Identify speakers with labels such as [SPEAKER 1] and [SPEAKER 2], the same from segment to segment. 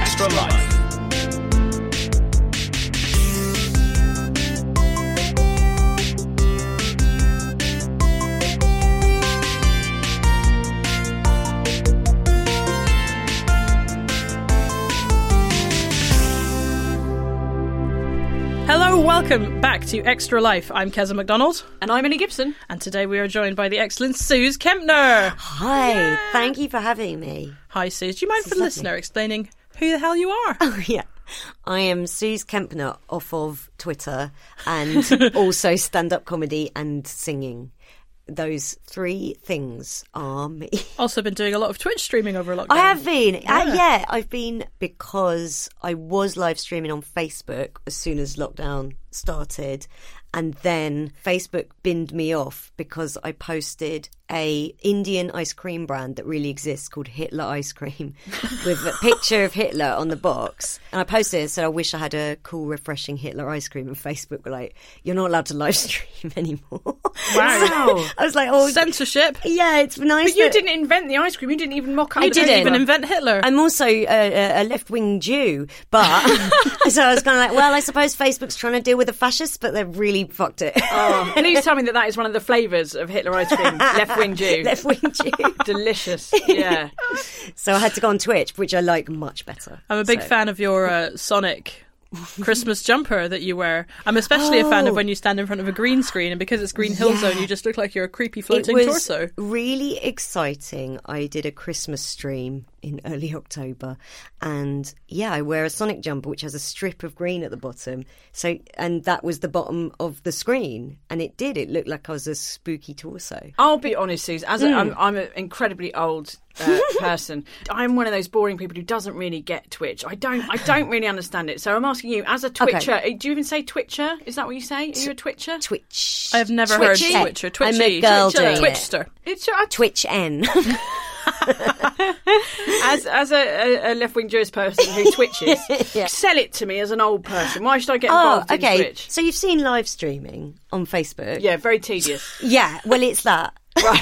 [SPEAKER 1] Extra Life.
[SPEAKER 2] Hello, welcome back to Extra Life. I'm Keza McDonald,
[SPEAKER 3] And I'm Annie Gibson.
[SPEAKER 2] and today we are joined by the excellent Suze Kempner.
[SPEAKER 4] Hi, thank you for having me.
[SPEAKER 2] Hi, Suze. Do you mind for
[SPEAKER 4] This is
[SPEAKER 2] the
[SPEAKER 4] lovely.
[SPEAKER 2] listener explaining who the hell you are?
[SPEAKER 4] Oh, yeah. I am Suze Kempner off of Twitter and also stand up comedy and singing. Those three things are me.
[SPEAKER 2] Also, been doing a lot of Twitch streaming over lockdown.
[SPEAKER 4] I have been. Yeah. Uh, yeah, I've been because I was live streaming on Facebook as soon as lockdown started. And then Facebook binned me off because I posted a Indian ice cream brand that really exists called Hitler Ice Cream with a picture of Hitler on the box. And I posted it and said, I wish I had a cool, refreshing Hitler ice cream. And Facebook were like, you're not allowed to live stream anymore.
[SPEAKER 2] Wow.
[SPEAKER 4] I was like, oh,
[SPEAKER 2] Censorship.
[SPEAKER 4] yeah, it's nice.
[SPEAKER 3] But you
[SPEAKER 4] that-
[SPEAKER 3] didn't invent the ice cream. You didn't even mock up.
[SPEAKER 4] I
[SPEAKER 3] the
[SPEAKER 4] didn't.
[SPEAKER 3] flavour.
[SPEAKER 2] Even invent Hitler.
[SPEAKER 4] I'm also a, a- a left wing Jew, but so I was kind of like, well, I suppose Facebook's trying to deal with the fascists, but they've really fucked it.
[SPEAKER 3] Please tell me that that is one of the flavours of Hitler ice cream. Left wing Jew.
[SPEAKER 4] left wing Jew.
[SPEAKER 3] Delicious. Yeah.
[SPEAKER 4] so I had to go on Twitch, which I like much better.
[SPEAKER 2] I'm a big
[SPEAKER 4] So-
[SPEAKER 2] fan of your uh, Sonic Christmas jumper that you wear. I'm especially a fan of
[SPEAKER 4] Oh.
[SPEAKER 2] when you stand in front of a green screen, and because it's Green Hill
[SPEAKER 4] Yeah.
[SPEAKER 2] Zone, you just look like you're a creepy floating
[SPEAKER 4] it was
[SPEAKER 2] Oh, torso.
[SPEAKER 4] Really exciting. I did a Christmas stream in early October, and yeah, I wear a Sonic jumper which has a strip of green at the bottom. So, and that was the bottom of the screen, and it did. It looked like I was a spooky torso.
[SPEAKER 3] I'll be honest, Suze. As a,
[SPEAKER 4] Hmm.
[SPEAKER 3] I'm, I'm an incredibly old uh, person, I'm one of those boring people who doesn't really get Twitch. I don't. I don't really understand it. So I'm asking you, as a Twitcher, uh, do you even say Twitcher? Is that what you say? Are you a Twitcher?
[SPEAKER 4] Twitch.
[SPEAKER 2] I've never
[SPEAKER 4] Twitchy.
[SPEAKER 2] heard Twitcher. Twitchy.
[SPEAKER 4] I'm a girl
[SPEAKER 2] Twitcher.
[SPEAKER 4] doing it.
[SPEAKER 2] Twitchster.
[SPEAKER 3] It's uh, a
[SPEAKER 4] Twitch N.
[SPEAKER 3] as as a, a, a left wing Jewish person who twitches, sell it to me as an old person. Why should I get
[SPEAKER 4] oh,
[SPEAKER 3] involved in
[SPEAKER 4] okay.
[SPEAKER 3] Twitch?
[SPEAKER 4] So you've seen live streaming on Facebook?
[SPEAKER 3] Yeah, very tedious.
[SPEAKER 4] Yeah. Well, it's that.
[SPEAKER 3] Right.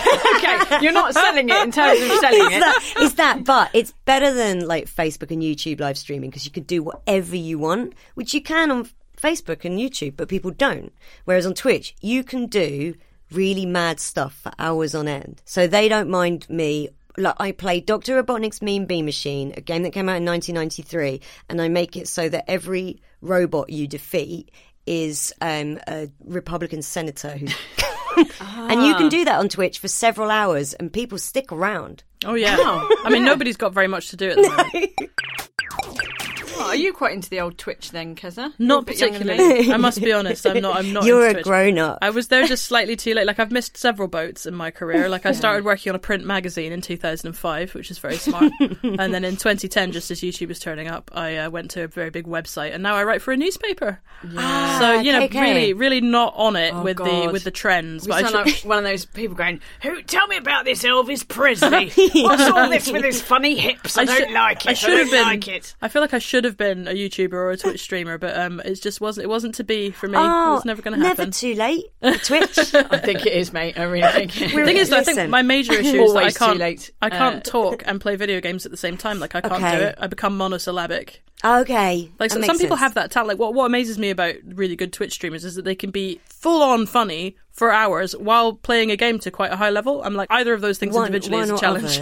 [SPEAKER 3] okay, you're not selling it in terms of selling
[SPEAKER 4] It's
[SPEAKER 3] it.
[SPEAKER 4] that. It's that. But it's better than like Facebook and YouTube live streaming because you can do whatever you want, which you can on Facebook and YouTube, but people don't. Whereas on Twitch, you can do really mad stuff for hours on end. So they don't mind me. Like I play Doctor Robotnik's Mean Bee Machine, a game that came out in 1993, and I make it so that every robot you defeat is um, a Republican senator who's. And you can do that on Twitch for several hours, and people stick around.
[SPEAKER 2] Oh yeah. I mean, nobody's got very much to do at the moment.
[SPEAKER 3] Oh, are you quite into the old Twitch then, Keza?
[SPEAKER 2] Not
[SPEAKER 3] You're a bit younger than me.
[SPEAKER 2] particularly. I must be honest. I'm not. I'm not.
[SPEAKER 4] You're
[SPEAKER 2] into
[SPEAKER 4] a
[SPEAKER 2] Twitch.
[SPEAKER 4] grown up.
[SPEAKER 2] I was there just slightly too late. Like I've missed several boats in my career. Like I started working on a print magazine in 2005, which is very smart. and then in 2010, just as YouTube was turning up, I uh, went to a very big website, and now I write for a newspaper. so you know,
[SPEAKER 4] Ah, okay, Oh, okay.
[SPEAKER 2] really, really not on it with the
[SPEAKER 3] God.
[SPEAKER 2] with the trends.
[SPEAKER 3] You
[SPEAKER 2] but I
[SPEAKER 3] sound
[SPEAKER 2] should-
[SPEAKER 3] like one of those people going, "Who? Tell me about this Elvis Presley. What's all this with his funny hips? I, don't
[SPEAKER 2] should-
[SPEAKER 3] like it.
[SPEAKER 2] I should have
[SPEAKER 3] don't
[SPEAKER 2] been.
[SPEAKER 3] like it."
[SPEAKER 2] I feel like I should have have been a YouTuber or a Twitch streamer, but um, it just wasn't. It wasn't to be for me. it
[SPEAKER 4] Oh,
[SPEAKER 2] was never going to happen.
[SPEAKER 4] Never too late. for Twitch.
[SPEAKER 3] I think it is, mate. I really think it
[SPEAKER 2] The
[SPEAKER 4] We're-
[SPEAKER 2] thing is, I think
[SPEAKER 4] Listen.
[SPEAKER 2] my major issue is that I
[SPEAKER 3] Always too
[SPEAKER 2] can't.
[SPEAKER 3] late.
[SPEAKER 2] I can't
[SPEAKER 3] Uh,
[SPEAKER 2] talk and play video games at the same time. Like I can't do
[SPEAKER 4] Okay.
[SPEAKER 2] it. I become monosyllabic.
[SPEAKER 4] okay.
[SPEAKER 2] Like
[SPEAKER 4] that
[SPEAKER 2] so,
[SPEAKER 4] makes
[SPEAKER 2] some people
[SPEAKER 4] sense.
[SPEAKER 2] have that talent. Like what what amazes me about really good Twitch streamers is that they can be full on funny for hours while playing a game to quite a high level. I'm like either of those things
[SPEAKER 4] One-
[SPEAKER 2] individually
[SPEAKER 4] one
[SPEAKER 2] is a
[SPEAKER 4] or
[SPEAKER 2] challenge.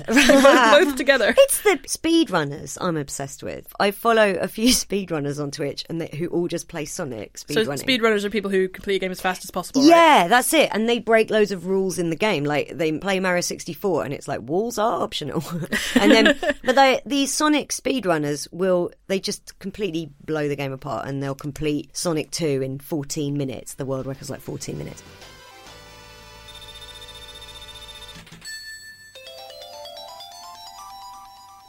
[SPEAKER 4] other.
[SPEAKER 2] both together.
[SPEAKER 4] It's the speedrunners I'm obsessed with. I follow a few speedrunners on Twitch and they, who all just play Sonic
[SPEAKER 2] So
[SPEAKER 4] speedrunning.
[SPEAKER 2] speedrunners are people who complete a game as fast as possible. right?
[SPEAKER 4] Yeah, that's it. And they break loads of rules in the game. Like they play Mario 64 and it's like walls are optional. and then, but they, the Sonic speedrunners will, they just completely blow the game apart and they'll complete Sonic 2 in 14 minutes. The world record's like 14 minutes.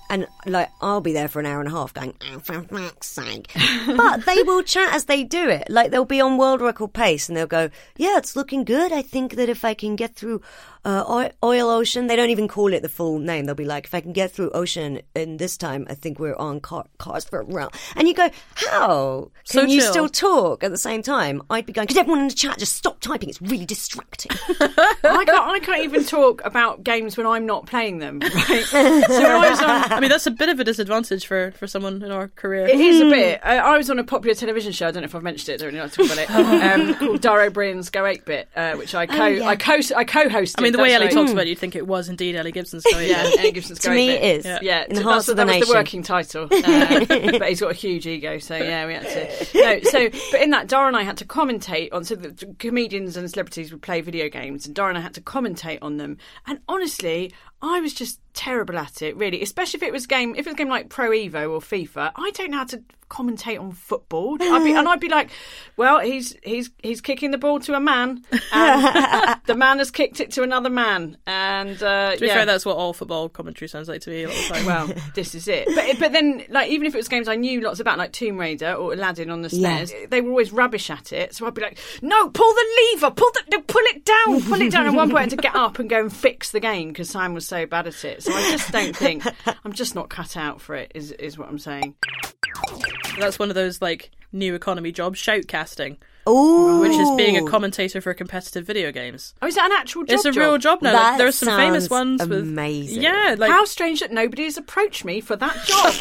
[SPEAKER 4] And like I'll be there for an hour and a half going, oh, for fuck's sake. but they will chat as they do it. Like they'll be on world record pace and they'll go, yeah, it's looking good. I think that if I can get through uh, Oi- oil ocean, they don't even call it the full name. They'll be like, if I can get through ocean in this time, I think we're on car- cars for a round. And you go, how
[SPEAKER 2] So
[SPEAKER 4] can you
[SPEAKER 2] chill.
[SPEAKER 4] still talk at the same time? I'd be going, could everyone in the chat just stop typing? It's really distracting.
[SPEAKER 3] I can't, I can't even talk about games when I'm not playing them. Right? So when I was on,
[SPEAKER 2] um, I mean that's a bit of a disadvantage for for someone in our career.
[SPEAKER 3] it is a bit. I, I was on a popular television show. I don't know if I've mentioned it. Don't really know how to talk about it. Um, called Dara O'Brien's Go Eight Bit, uh, which I co
[SPEAKER 4] yeah.
[SPEAKER 3] I co I co-hosted.
[SPEAKER 2] I mean, the way
[SPEAKER 3] that's
[SPEAKER 2] Ellie
[SPEAKER 3] right.
[SPEAKER 2] talks about it, you'd think it was indeed Ellie Gibson's story. um,
[SPEAKER 3] Yeah,
[SPEAKER 2] yeah.
[SPEAKER 3] Andy Gibson's
[SPEAKER 4] To
[SPEAKER 3] Go
[SPEAKER 4] me
[SPEAKER 3] Eight Bit.
[SPEAKER 4] it is.
[SPEAKER 3] Yeah,
[SPEAKER 4] Yeah. In the
[SPEAKER 3] so
[SPEAKER 4] hearts
[SPEAKER 3] that's-
[SPEAKER 4] of the
[SPEAKER 3] that was the
[SPEAKER 4] nation.
[SPEAKER 3] working title, uh, but he's got a huge ego, so yeah, we had to. No, so but in that, Dara and I had to commentate on. So the comedians and celebrities would play video games, and Dara and I had to commentate on them. And honestly, I was just terrible at it, really. Especially if it was game, if it was a game like Pro Evo or FIFA. I don't know how to commentate on football, I'd be, and I'd be like, "Well, he's he's he's kicking the ball to a man, and the man has kicked it to another man." And uh,
[SPEAKER 2] To be
[SPEAKER 3] yeah.
[SPEAKER 2] fair, that's what all football commentary sounds like to me. A lot of the time.
[SPEAKER 3] well, this is it. But but then, like, even if it was games I knew lots about, like Tomb Raider or Aladdin on the
[SPEAKER 4] Yeah.
[SPEAKER 3] stairs, they were always rubbish at it. So I'd be like, "No, pull the lever, pull the, no, pull it down, pull it down." And one point I had to get up and go and fix the game because Simon was so bad at it. So I just don't think I'm just not cut out for it. Is is what I'm saying.
[SPEAKER 2] that's one of those like new economy jobs, shoutcasting,
[SPEAKER 4] Ooh.
[SPEAKER 2] which is being a commentator for competitive video games.
[SPEAKER 3] Oh, is that an actual job?
[SPEAKER 2] it's a real job now.
[SPEAKER 4] That
[SPEAKER 2] there are some famous
[SPEAKER 4] sounds
[SPEAKER 2] ones.
[SPEAKER 4] amazing.
[SPEAKER 2] With, yeah, like
[SPEAKER 3] How strange that nobody has approached me for that job,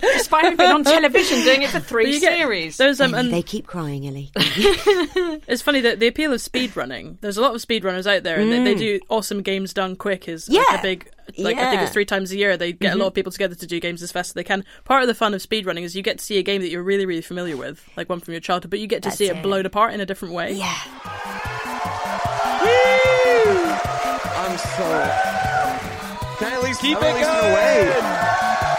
[SPEAKER 3] despite having been on television doing it for three
[SPEAKER 2] you get-
[SPEAKER 3] series.
[SPEAKER 2] There's um,
[SPEAKER 4] they
[SPEAKER 2] and
[SPEAKER 4] keep crying, Ellie.
[SPEAKER 2] it's funny that the appeal of speedrunning. There's a lot of speedrunners out there, and they, they do awesome games done quick. Is like,
[SPEAKER 4] Mm. Yeah.
[SPEAKER 2] a big like I think
[SPEAKER 4] Yeah. Mm-hmm.
[SPEAKER 2] it's three times a year they get a lot of people together to do games as fast as they can. Part of the fun of speedrunning is you get to see a game that you're really really familiar with, like one from your childhood, but you get to see it, blown apart in a different way.
[SPEAKER 4] yeah.
[SPEAKER 5] I'm so. Can I at least
[SPEAKER 1] Keep
[SPEAKER 5] I'm at
[SPEAKER 1] it
[SPEAKER 5] least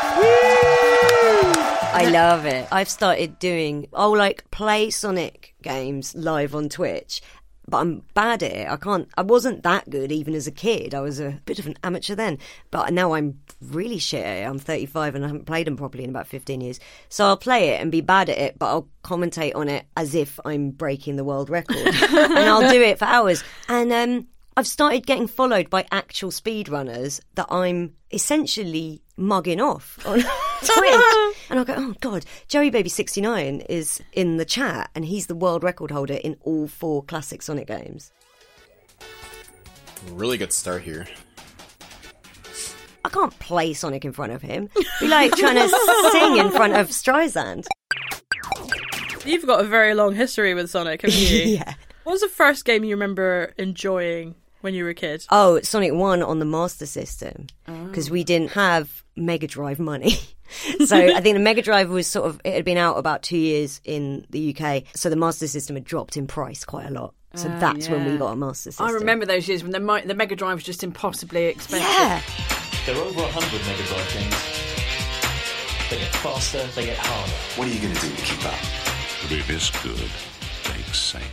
[SPEAKER 1] going.
[SPEAKER 5] away?
[SPEAKER 4] I love it. I've started doing, I'll like play Sonic games live on Twitch, but I'm bad at it. I can't, I wasn't that good even as a kid. I was a bit of an amateur then, but now I'm really shit at it. I'm 35 and I haven't played them properly in about 15 years. So I'll play it and be bad at it, but I'll commentate on it as if I'm breaking the world record. and I'll do it for hours. And, um, I've started getting followed by actual speedrunners that I'm essentially mugging off on Twitch. and I go, oh God, Joey Baby 69 is in the chat and he's the world record holder in all four classic Sonic games.
[SPEAKER 5] Really good start here.
[SPEAKER 4] I can't play Sonic in front of him. Be like trying to sing in front of Streisand.
[SPEAKER 2] You've got a very long history with Sonic, haven't you?
[SPEAKER 4] Yeah.
[SPEAKER 2] What was the first game you remember enjoying when you were a kid?
[SPEAKER 4] Oh, it's Sonic 1 on the Master System
[SPEAKER 3] Oh.
[SPEAKER 4] because we didn't have Mega Drive money. so I think the Mega Drive was sort of, it had been out about two years in the UK. So the Master System had dropped in price quite a lot. So that's when we
[SPEAKER 3] Oh, yeah.
[SPEAKER 4] got a Master System.
[SPEAKER 3] I remember those years when the, mi- the Mega Drive was just impossibly expensive.
[SPEAKER 4] Yeah.
[SPEAKER 6] There are over 100 megabyte things. They get faster, they get harder.
[SPEAKER 5] What are you gonna do to keep up?
[SPEAKER 7] It is good. Thanks, Saint.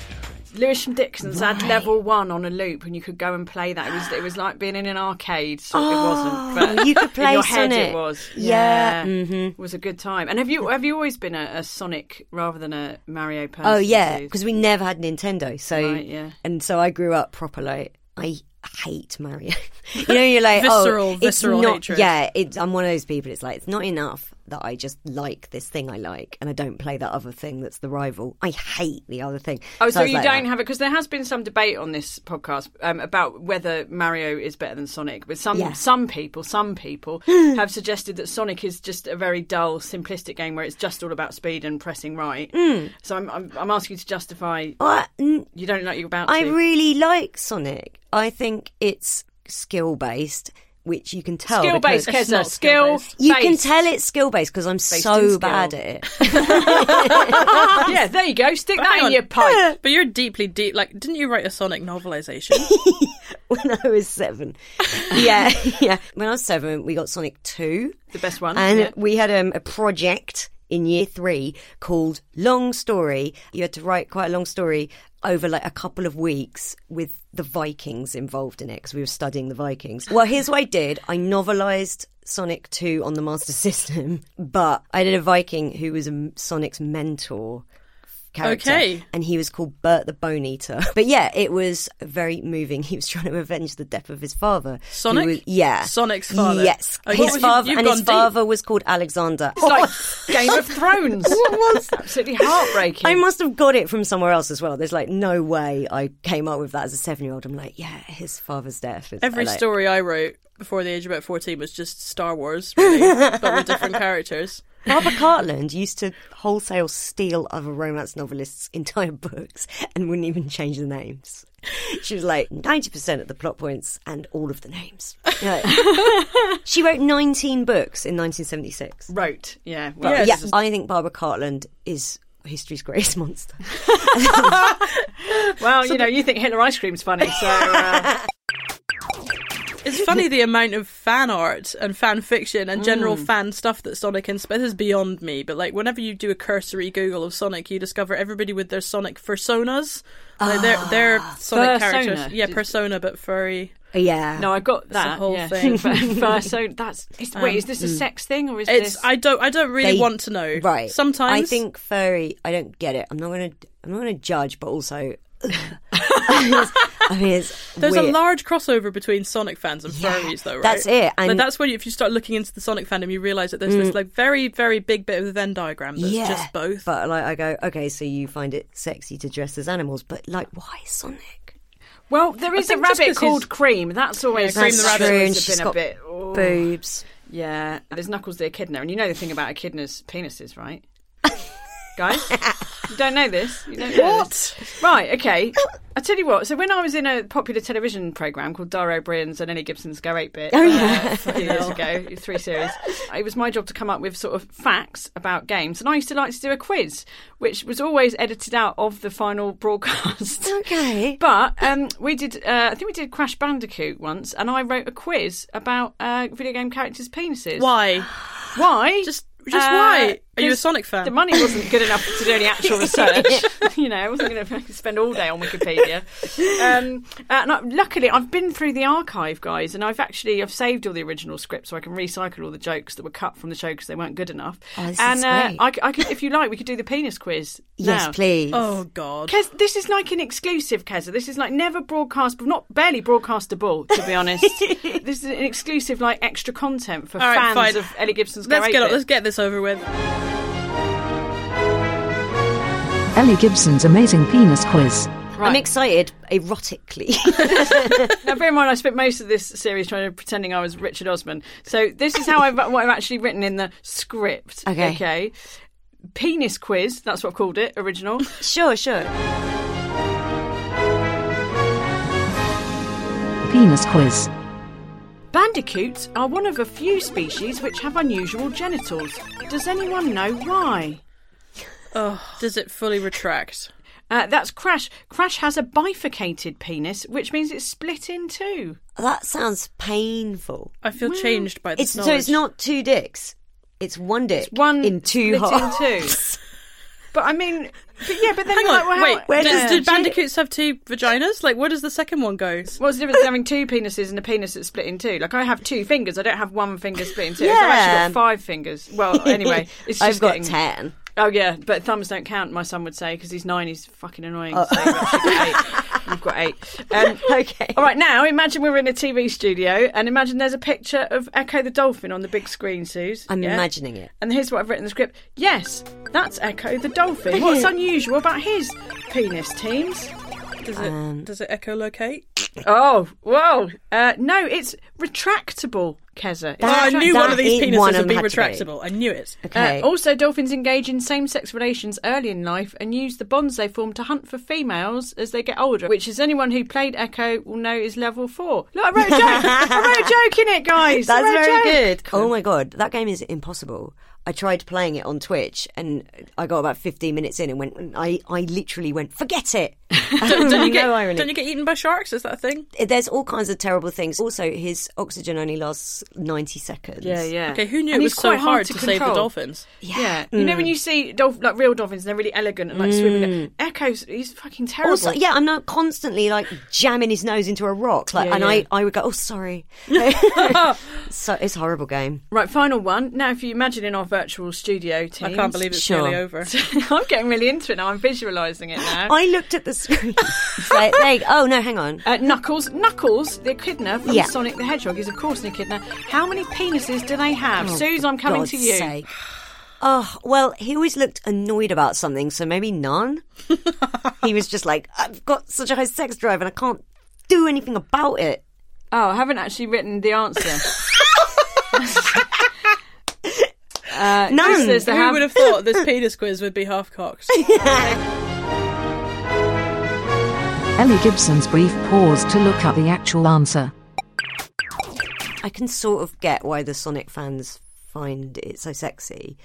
[SPEAKER 3] Lewisham Dixon's had level one on a loop, and you could go and play that. It was it was like being in an arcade. Sort of, it wasn't, but
[SPEAKER 4] Oh, you could play
[SPEAKER 3] in your head
[SPEAKER 4] Sonic.
[SPEAKER 3] it was.
[SPEAKER 4] Yeah, Mm-hmm.
[SPEAKER 3] it was a good time. And have you have you always been a, a Sonic rather than a Mario person?
[SPEAKER 4] Oh yeah,
[SPEAKER 3] Suze?
[SPEAKER 4] because we never had Nintendo. So
[SPEAKER 3] Right, yeah.
[SPEAKER 4] and so I grew up proper like I hate Mario. you know, you're like
[SPEAKER 2] Visceral,
[SPEAKER 4] oh,
[SPEAKER 2] visceral
[SPEAKER 4] it's not,
[SPEAKER 2] hatred.
[SPEAKER 4] Yeah, it's, I'm one of those people. It's like it's not enough. that I just like this thing I like and I don't play that other thing that's the rival. I hate the other thing.
[SPEAKER 3] Oh, so,
[SPEAKER 4] I was
[SPEAKER 3] you
[SPEAKER 4] like
[SPEAKER 3] don't
[SPEAKER 4] that.
[SPEAKER 3] have it because there has been some debate on this podcast um, about whether Mario is better than Sonic. But some
[SPEAKER 4] Yeah.
[SPEAKER 3] some people, some people have suggested that Sonic is just a very dull, simplistic game where it's just all about speed and pressing right.
[SPEAKER 4] Hmm.
[SPEAKER 3] So I'm, I'm I'm asking you to justify
[SPEAKER 4] Well, n-
[SPEAKER 3] you don't like you're about
[SPEAKER 4] I
[SPEAKER 3] to.
[SPEAKER 4] really like Sonic. I think it's skill based, which you can tell.
[SPEAKER 3] skill based,
[SPEAKER 4] because-
[SPEAKER 3] Keza. Skill.
[SPEAKER 4] You can tell it's skill based because I'm
[SPEAKER 3] in
[SPEAKER 4] so
[SPEAKER 3] skill.
[SPEAKER 4] bad at it.
[SPEAKER 3] yeah, there you go. Stick
[SPEAKER 2] Hang
[SPEAKER 3] that in
[SPEAKER 2] on.
[SPEAKER 3] your pipe.
[SPEAKER 2] But you're deeply deep. Like, didn't you write a Sonic novelization?
[SPEAKER 4] when I was seven. yeah, yeah. When I was seven, we got Sonic 2,
[SPEAKER 3] The best one.
[SPEAKER 4] and
[SPEAKER 3] yeah.
[SPEAKER 4] we had um, a project in year three called Long Story. You had to write quite a long story over like a couple of weeks with the Vikings involved in it because we were studying the Vikings. Well, here's what I did I novelized. Sonic 2 on the Master System, but I did a Viking who was um, Sonic's mentor character.
[SPEAKER 2] Okay.
[SPEAKER 4] And he was called Bert the Bone Eater. But yeah, it was very moving. He was trying to avenge the death of his father. who
[SPEAKER 2] Sonic?
[SPEAKER 4] was- yeah.
[SPEAKER 2] Sonic's father.
[SPEAKER 4] Yes.
[SPEAKER 2] Oh,
[SPEAKER 4] his
[SPEAKER 2] you-
[SPEAKER 4] father
[SPEAKER 2] you've
[SPEAKER 4] and his
[SPEAKER 2] gone deep.
[SPEAKER 4] father was called Alexander.
[SPEAKER 3] It's like Game of Thrones. It's absolutely heartbreaking.
[SPEAKER 4] Oh, I must have got it from somewhere else as well. There's like no way I came up with that as a seven year old. I'm like, yeah, his father's death. Is,
[SPEAKER 2] Every
[SPEAKER 4] like,
[SPEAKER 2] story I wrote before the age of about 14 was just Star Wars, really, but with different characters.
[SPEAKER 4] Barbara Cartland used to wholesale steal other romance novelists' entire books and wouldn't even change the names. She was like 90% of the plot points and all of the names. Like, she wrote 19 books in 1976.
[SPEAKER 3] Wrote. Yeah. Well,
[SPEAKER 4] But
[SPEAKER 3] it's
[SPEAKER 4] yeah,
[SPEAKER 3] just-
[SPEAKER 4] I think Barbara Cartland is history's greatest monster.
[SPEAKER 3] Well, you know, you think Hitler ice cream's funny, so uh,
[SPEAKER 2] It's funny the amount of fan art and fan fiction and general
[SPEAKER 4] Mm.
[SPEAKER 2] fan stuff that Sonic inspires. This is beyond me, but like whenever you do a cursory Google of Sonic, you discover everybody with their Sonic personas. Like they're,
[SPEAKER 4] Ah,
[SPEAKER 2] they're Sonic
[SPEAKER 3] Fursona.
[SPEAKER 2] characters. Yeah, persona, but furry.
[SPEAKER 4] yeah.
[SPEAKER 3] no, I got that
[SPEAKER 2] whole
[SPEAKER 3] yeah.
[SPEAKER 2] thing.
[SPEAKER 3] First, so that's it's, wait, is
[SPEAKER 4] Um,
[SPEAKER 3] this
[SPEAKER 4] mm.
[SPEAKER 3] a sex thing or is
[SPEAKER 2] It's
[SPEAKER 3] this?
[SPEAKER 2] I don't I don't really
[SPEAKER 4] They-
[SPEAKER 2] want to know.
[SPEAKER 4] Right.
[SPEAKER 2] Sometimes
[SPEAKER 4] I think furry. I don't get it. I'm not gonna. I'm not gonna judge, but also, I mean, it's
[SPEAKER 2] There's a
[SPEAKER 4] weird.
[SPEAKER 2] large crossover between Sonic fans and furries, though, right?
[SPEAKER 4] that's it,
[SPEAKER 2] Like,
[SPEAKER 4] and- Mm.
[SPEAKER 2] that's when, you, if you start looking into the Sonic fandom, you realise that there's this like very, very big bit of the Venn diagram that's
[SPEAKER 4] yeah,
[SPEAKER 2] just both.
[SPEAKER 4] But like, I go, okay, so you find it sexy to dress as animals, but like, why Sonic?
[SPEAKER 3] well, there is a
[SPEAKER 2] think just
[SPEAKER 3] rabbit
[SPEAKER 2] 'cause he's-
[SPEAKER 3] called Cream. That's always
[SPEAKER 2] Yeah, Cream the
[SPEAKER 4] That's
[SPEAKER 2] rabbit
[SPEAKER 4] true,
[SPEAKER 3] always
[SPEAKER 4] and
[SPEAKER 3] have
[SPEAKER 4] she's
[SPEAKER 3] been
[SPEAKER 4] got
[SPEAKER 3] a bit. oh.
[SPEAKER 4] boobs.
[SPEAKER 3] Yeah, there's Knuckles the echidna, and you know the thing about echidnas' penises, right? Guys, you don't know this. You don't know this. Right. Okay. I tell you what. So when I was in a popular television program called Dario O'Brien's and Ellie Gibson's Go Eight Bit, oh yeah, a few years ago, three series, it was my job to come up with sort of facts about games, and I used to like to do a quiz, which was always edited out of the final broadcast.
[SPEAKER 4] Okay.
[SPEAKER 3] But um, we did. Uh, I think we did Crash Bandicoot once, and I wrote a quiz about uh, video game characters' penises.
[SPEAKER 2] why?
[SPEAKER 3] Why?
[SPEAKER 2] Just, just why? Are you a
[SPEAKER 3] 'cause
[SPEAKER 2] Sonic fan?
[SPEAKER 3] The money wasn't good enough to do any actual research. you know, I wasn't going to spend all day on Wikipedia. Um, uh, and I, luckily, I've been through the archive, guys, and I've actually I've saved all the original script so I can recycle all the jokes that were cut from the show because they weren't good enough.
[SPEAKER 4] Oh, this
[SPEAKER 3] and
[SPEAKER 4] is
[SPEAKER 3] uh,
[SPEAKER 4] great.
[SPEAKER 3] I, c- I could, if you like, we could do the penis quiz.
[SPEAKER 4] Yes,
[SPEAKER 3] now.
[SPEAKER 4] please.
[SPEAKER 2] oh God.
[SPEAKER 3] Kez, this is like an exclusive, Keza. This is like never broadcast, not barely broadcastable, to be honest. this is an exclusive, like extra content for
[SPEAKER 2] All right,
[SPEAKER 3] fans
[SPEAKER 2] fine.
[SPEAKER 3] of Ellie Gibson's. Go
[SPEAKER 2] Let's get
[SPEAKER 3] 8-Bit.
[SPEAKER 2] on- let's get this over with.
[SPEAKER 8] Ellie Gibson's amazing penis quiz.
[SPEAKER 4] I'm
[SPEAKER 3] Right.
[SPEAKER 4] excited erotically.
[SPEAKER 3] Now, bear in mind, I spent most of this series trying to pretending I was Richard Osman. So this is how I've what I've actually written in the script.
[SPEAKER 4] Okay.
[SPEAKER 3] Okay. Penis quiz. That's what I've called it. Original.
[SPEAKER 4] sure, sure.
[SPEAKER 8] Penis quiz.
[SPEAKER 3] Bandicoots are one of a few species which have unusual genitals. Does anyone know why?
[SPEAKER 2] Does it fully retract?
[SPEAKER 3] Uh, that's Crash. Crash has a bifurcated penis, which means it's split in two.
[SPEAKER 4] That sounds painful.
[SPEAKER 2] I feel changed by
[SPEAKER 4] It's
[SPEAKER 2] this.
[SPEAKER 4] so
[SPEAKER 2] knowledge.
[SPEAKER 4] it's not two dicks. It's one dick
[SPEAKER 3] One
[SPEAKER 4] in two
[SPEAKER 3] split
[SPEAKER 4] halves.
[SPEAKER 3] in two. But I mean, but yeah, but then
[SPEAKER 2] Hang
[SPEAKER 3] you're like,
[SPEAKER 2] on,
[SPEAKER 3] well, how-
[SPEAKER 2] wait.
[SPEAKER 4] where
[SPEAKER 2] does,
[SPEAKER 4] does-
[SPEAKER 2] did bandicoots have two vaginas? Like, where does the second one go?
[SPEAKER 3] What's the difference between having two penises and a penis that's split in two? Like I have two fingers, I don't have one finger split in two. So I've actually
[SPEAKER 4] Yeah.
[SPEAKER 3] got five fingers. Well, Oh, anyway, it's just
[SPEAKER 4] I've got
[SPEAKER 3] getting-
[SPEAKER 4] ten.
[SPEAKER 3] Oh yeah, but thumbs don't count. My son would say because he's nine. He's fucking annoying.
[SPEAKER 2] Oh.
[SPEAKER 3] So you've actually got eight. You've got eight. Um,
[SPEAKER 4] okay.
[SPEAKER 3] All right. Now imagine we're in a TV studio and imagine there's a picture of Echo the dolphin on the big screen, Suze.
[SPEAKER 4] I'm
[SPEAKER 3] Yeah?
[SPEAKER 4] imagining it.
[SPEAKER 3] And here's what I've written in the script. Yes, that's Echo the dolphin. What's unusual about his penis, teams?
[SPEAKER 2] Does it
[SPEAKER 4] um,
[SPEAKER 2] does it echolocate?
[SPEAKER 3] Oh, whoa. Uh, no, it's retractable, Keza. It's
[SPEAKER 2] Oh, I knew
[SPEAKER 3] retractable.
[SPEAKER 2] one of these
[SPEAKER 4] ain't one
[SPEAKER 2] penises
[SPEAKER 4] of
[SPEAKER 2] would be
[SPEAKER 4] them had to be.
[SPEAKER 2] retractable. I knew it.
[SPEAKER 4] Okay.
[SPEAKER 3] Uh, also, dolphins engage in same sex relations early in life and use the bonds they form to hunt for females as they get older, which, as anyone who played Echo will know, is level four. Look, I wrote a joke. I wrote a joke in it, guys. I
[SPEAKER 4] That's
[SPEAKER 3] wrote a
[SPEAKER 4] very
[SPEAKER 3] joke.
[SPEAKER 4] good. Oh my god, that game is impossible. I tried playing it on Twitch and I got about 15 minutes in and went. and I, I literally went, forget it.
[SPEAKER 2] Don't, don't you get
[SPEAKER 4] no irony.
[SPEAKER 2] don't you get eaten by sharks? Is that a thing?
[SPEAKER 4] There's all kinds of terrible things. Also, his oxygen only lasts 90 seconds.
[SPEAKER 3] Yeah, yeah.
[SPEAKER 2] Okay, who knew it
[SPEAKER 3] And he's
[SPEAKER 2] was so
[SPEAKER 3] quite
[SPEAKER 2] hard, to, save the
[SPEAKER 3] control.
[SPEAKER 2] dolphins?
[SPEAKER 3] Yeah, you
[SPEAKER 4] Mm.
[SPEAKER 3] know when you see dolph- like real dolphins, they're really elegant and like swimming. Echo's he's fucking terrible.
[SPEAKER 4] Also, yeah, I'm not constantly like jamming his nose into a rock. Like,
[SPEAKER 3] Yeah,
[SPEAKER 4] and
[SPEAKER 3] yeah.
[SPEAKER 4] I, I would go, oh, sorry. so it's a horrible game.
[SPEAKER 3] Right, final one. Now, if you imagine in our virtual studio, teams,
[SPEAKER 2] I can't believe it's
[SPEAKER 4] Sure.
[SPEAKER 2] nearly over.
[SPEAKER 3] I'm getting really into it now. I'm visualising it now.
[SPEAKER 4] I looked at the screen. It's like, there you go. Oh, no, hang on.
[SPEAKER 3] Uh, Knuckles, Knuckles, the echidna from
[SPEAKER 4] Yeah.
[SPEAKER 3] Sonic the Hedgehog is of course an echidna. How many penises do they have?
[SPEAKER 4] Oh,
[SPEAKER 3] Suze,
[SPEAKER 4] for
[SPEAKER 3] I'm coming
[SPEAKER 4] God's
[SPEAKER 3] to you.
[SPEAKER 4] sake. Oh, well, he always looked annoyed about something, so maybe none. he was just like, I've got such a high sex drive and I can't do anything about it.
[SPEAKER 3] Oh, I haven't actually written the answer. uh,
[SPEAKER 4] None.
[SPEAKER 3] listeners, they
[SPEAKER 2] Who
[SPEAKER 3] have-
[SPEAKER 2] would have thought this penis quiz would be half cocked?
[SPEAKER 8] Ellie Gibson's brief pause to look up the actual answer.
[SPEAKER 4] I can sort of get why the Sonic fans find it so sexy.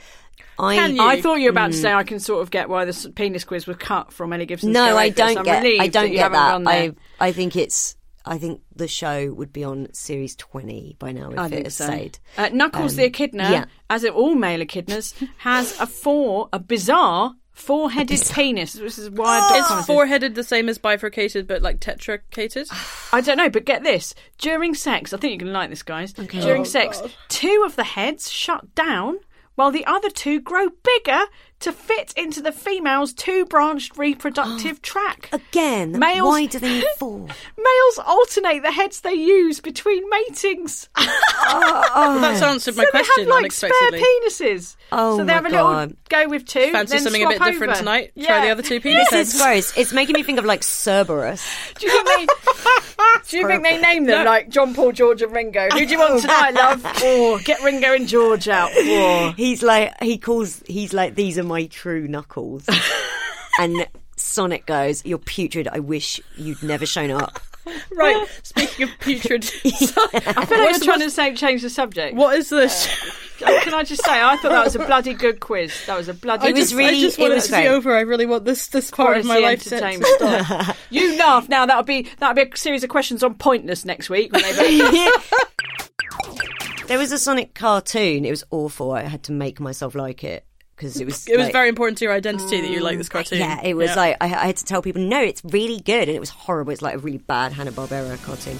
[SPEAKER 4] I,
[SPEAKER 2] Can you?
[SPEAKER 3] I thought you were about to
[SPEAKER 4] Hmm.
[SPEAKER 3] say I can sort of get why this penis quiz was cut from Ellie Gibson's.
[SPEAKER 4] No, I
[SPEAKER 3] Scarface.
[SPEAKER 4] don't
[SPEAKER 3] I'm
[SPEAKER 4] get.
[SPEAKER 3] relieved
[SPEAKER 4] I
[SPEAKER 3] that
[SPEAKER 4] don't
[SPEAKER 3] you
[SPEAKER 4] get
[SPEAKER 3] haven't
[SPEAKER 4] that.
[SPEAKER 3] gone there.
[SPEAKER 4] I I think it's. I think the show would be on series twenty by now if
[SPEAKER 3] I
[SPEAKER 4] it
[SPEAKER 3] think
[SPEAKER 4] had
[SPEAKER 3] so.
[SPEAKER 4] stayed.
[SPEAKER 3] Uh, Knuckles
[SPEAKER 4] Um,
[SPEAKER 3] the echidna,
[SPEAKER 4] yeah.
[SPEAKER 3] as are all male echidnas, has a four, a bizarre four-headed penis. This is why
[SPEAKER 4] Oh,
[SPEAKER 3] I don't
[SPEAKER 2] Is four-headed the same as bifurcated, but like tetracated?
[SPEAKER 3] I don't know, but get this. During sex, I think you're going to like this, guys.
[SPEAKER 2] Oh,
[SPEAKER 3] During sex, two of the heads shut down while the other two grow bigger to fit into the female's two branched reproductive track.
[SPEAKER 4] Again,
[SPEAKER 3] Males-
[SPEAKER 4] why do they need four?
[SPEAKER 3] Males alternate the heads they use between matings.
[SPEAKER 2] Well, that's answered my
[SPEAKER 3] so
[SPEAKER 2] question
[SPEAKER 3] they have like spare
[SPEAKER 2] unexpectedly.
[SPEAKER 3] penises.
[SPEAKER 4] Oh
[SPEAKER 3] so they
[SPEAKER 4] my
[SPEAKER 3] have a
[SPEAKER 4] God.
[SPEAKER 3] little go with two.
[SPEAKER 2] Fancy
[SPEAKER 3] then
[SPEAKER 2] something a bit
[SPEAKER 3] swap
[SPEAKER 2] different
[SPEAKER 3] over.
[SPEAKER 2] tonight?
[SPEAKER 3] Yeah.
[SPEAKER 2] Try the other two penis
[SPEAKER 4] This
[SPEAKER 2] heads.
[SPEAKER 4] is gross. It's making me think of like Cerberus.
[SPEAKER 3] Do you think they, do you think they name them like John Paul, George, and Ringo? Who do you want tonight, love? Oh, get Ringo and George out. Oh.
[SPEAKER 4] He's like he calls. He's like these are my true knuckles. and Sonic goes, "You're putrid. I wish you'd never shown up."
[SPEAKER 2] Right. Speaking of putrid,
[SPEAKER 3] I feel like you're trying to say change the subject.
[SPEAKER 2] what is this?
[SPEAKER 3] Can I just say? I thought that was a bloody good quiz. That was a bloody.
[SPEAKER 4] It was
[SPEAKER 3] good
[SPEAKER 4] really-
[SPEAKER 2] I just
[SPEAKER 4] it
[SPEAKER 2] want it,
[SPEAKER 4] was
[SPEAKER 2] to be
[SPEAKER 4] great.
[SPEAKER 2] over. I really want this this part of my
[SPEAKER 3] quality
[SPEAKER 2] life to, to
[SPEAKER 3] entertainment.
[SPEAKER 2] stop.
[SPEAKER 3] You laugh now. That'll be that'll be a series of questions on pointless next week. When they
[SPEAKER 4] there was a Sonic cartoon. It was awful. I had to make myself like it because it was.
[SPEAKER 2] It was
[SPEAKER 4] like-
[SPEAKER 2] very important to your identity that you like
[SPEAKER 3] mm,
[SPEAKER 2] this cartoon.
[SPEAKER 4] Yeah, it was like I, I had to tell people, no, it's really good, and it was horrible. It's like a really bad Hanna Barbera cartoon.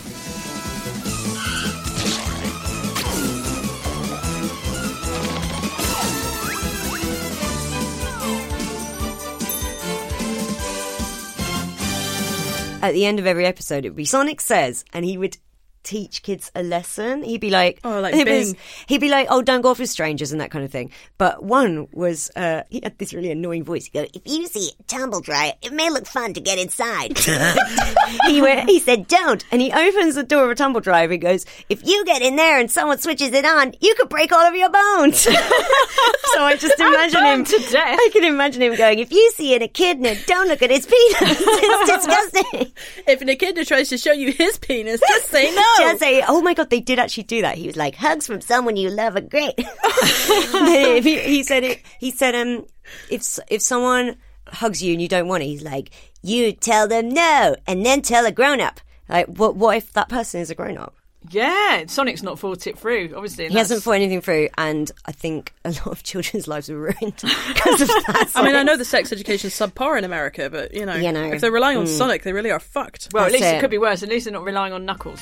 [SPEAKER 4] At the end of every episode, it would be Sonic says, and he would teach kids a lesson. He'd be like,
[SPEAKER 2] Oh, like
[SPEAKER 4] it was-
[SPEAKER 2] Bing.
[SPEAKER 4] he'd be like, oh, don't go off with strangers and that kind of thing. But one was, uh, he had this really annoying voice. He'd go, if you see it tumble dry, it may look fun to get inside. he went, he said, don't. And he opens the door of a tumble dryer and goes, if you get in there and someone switches it on, you could break all of your bones. so I just imagine him
[SPEAKER 3] burn to death.
[SPEAKER 4] I can imagine him going, if you see an echidna, don't look at his penis. It's disgusting.
[SPEAKER 2] If an echidna tries to show you his penis, just say no.
[SPEAKER 4] Just say, oh my god, they did actually do that. He was like, hugs from someone you love are great. he, he said it. He said, um, if s- if someone hugs you and you don't want it, he's like, you tell them no, and then tell a grown up. Like, what what if that person is a grown up?
[SPEAKER 3] yeah, Sonic's not thought it through. Obviously, and
[SPEAKER 4] He hasn't
[SPEAKER 3] that's-
[SPEAKER 4] thought anything through, and I think a lot of children's lives were ruined because of that.
[SPEAKER 2] I mean, I know the sex education is subpar in America, but you know,
[SPEAKER 4] You know. Mm.
[SPEAKER 2] if they're relying on Sonic, they really are fucked.
[SPEAKER 3] Well, at
[SPEAKER 4] That's
[SPEAKER 3] least it.
[SPEAKER 4] it.
[SPEAKER 3] could be worse. At least they're not relying on Knuckles.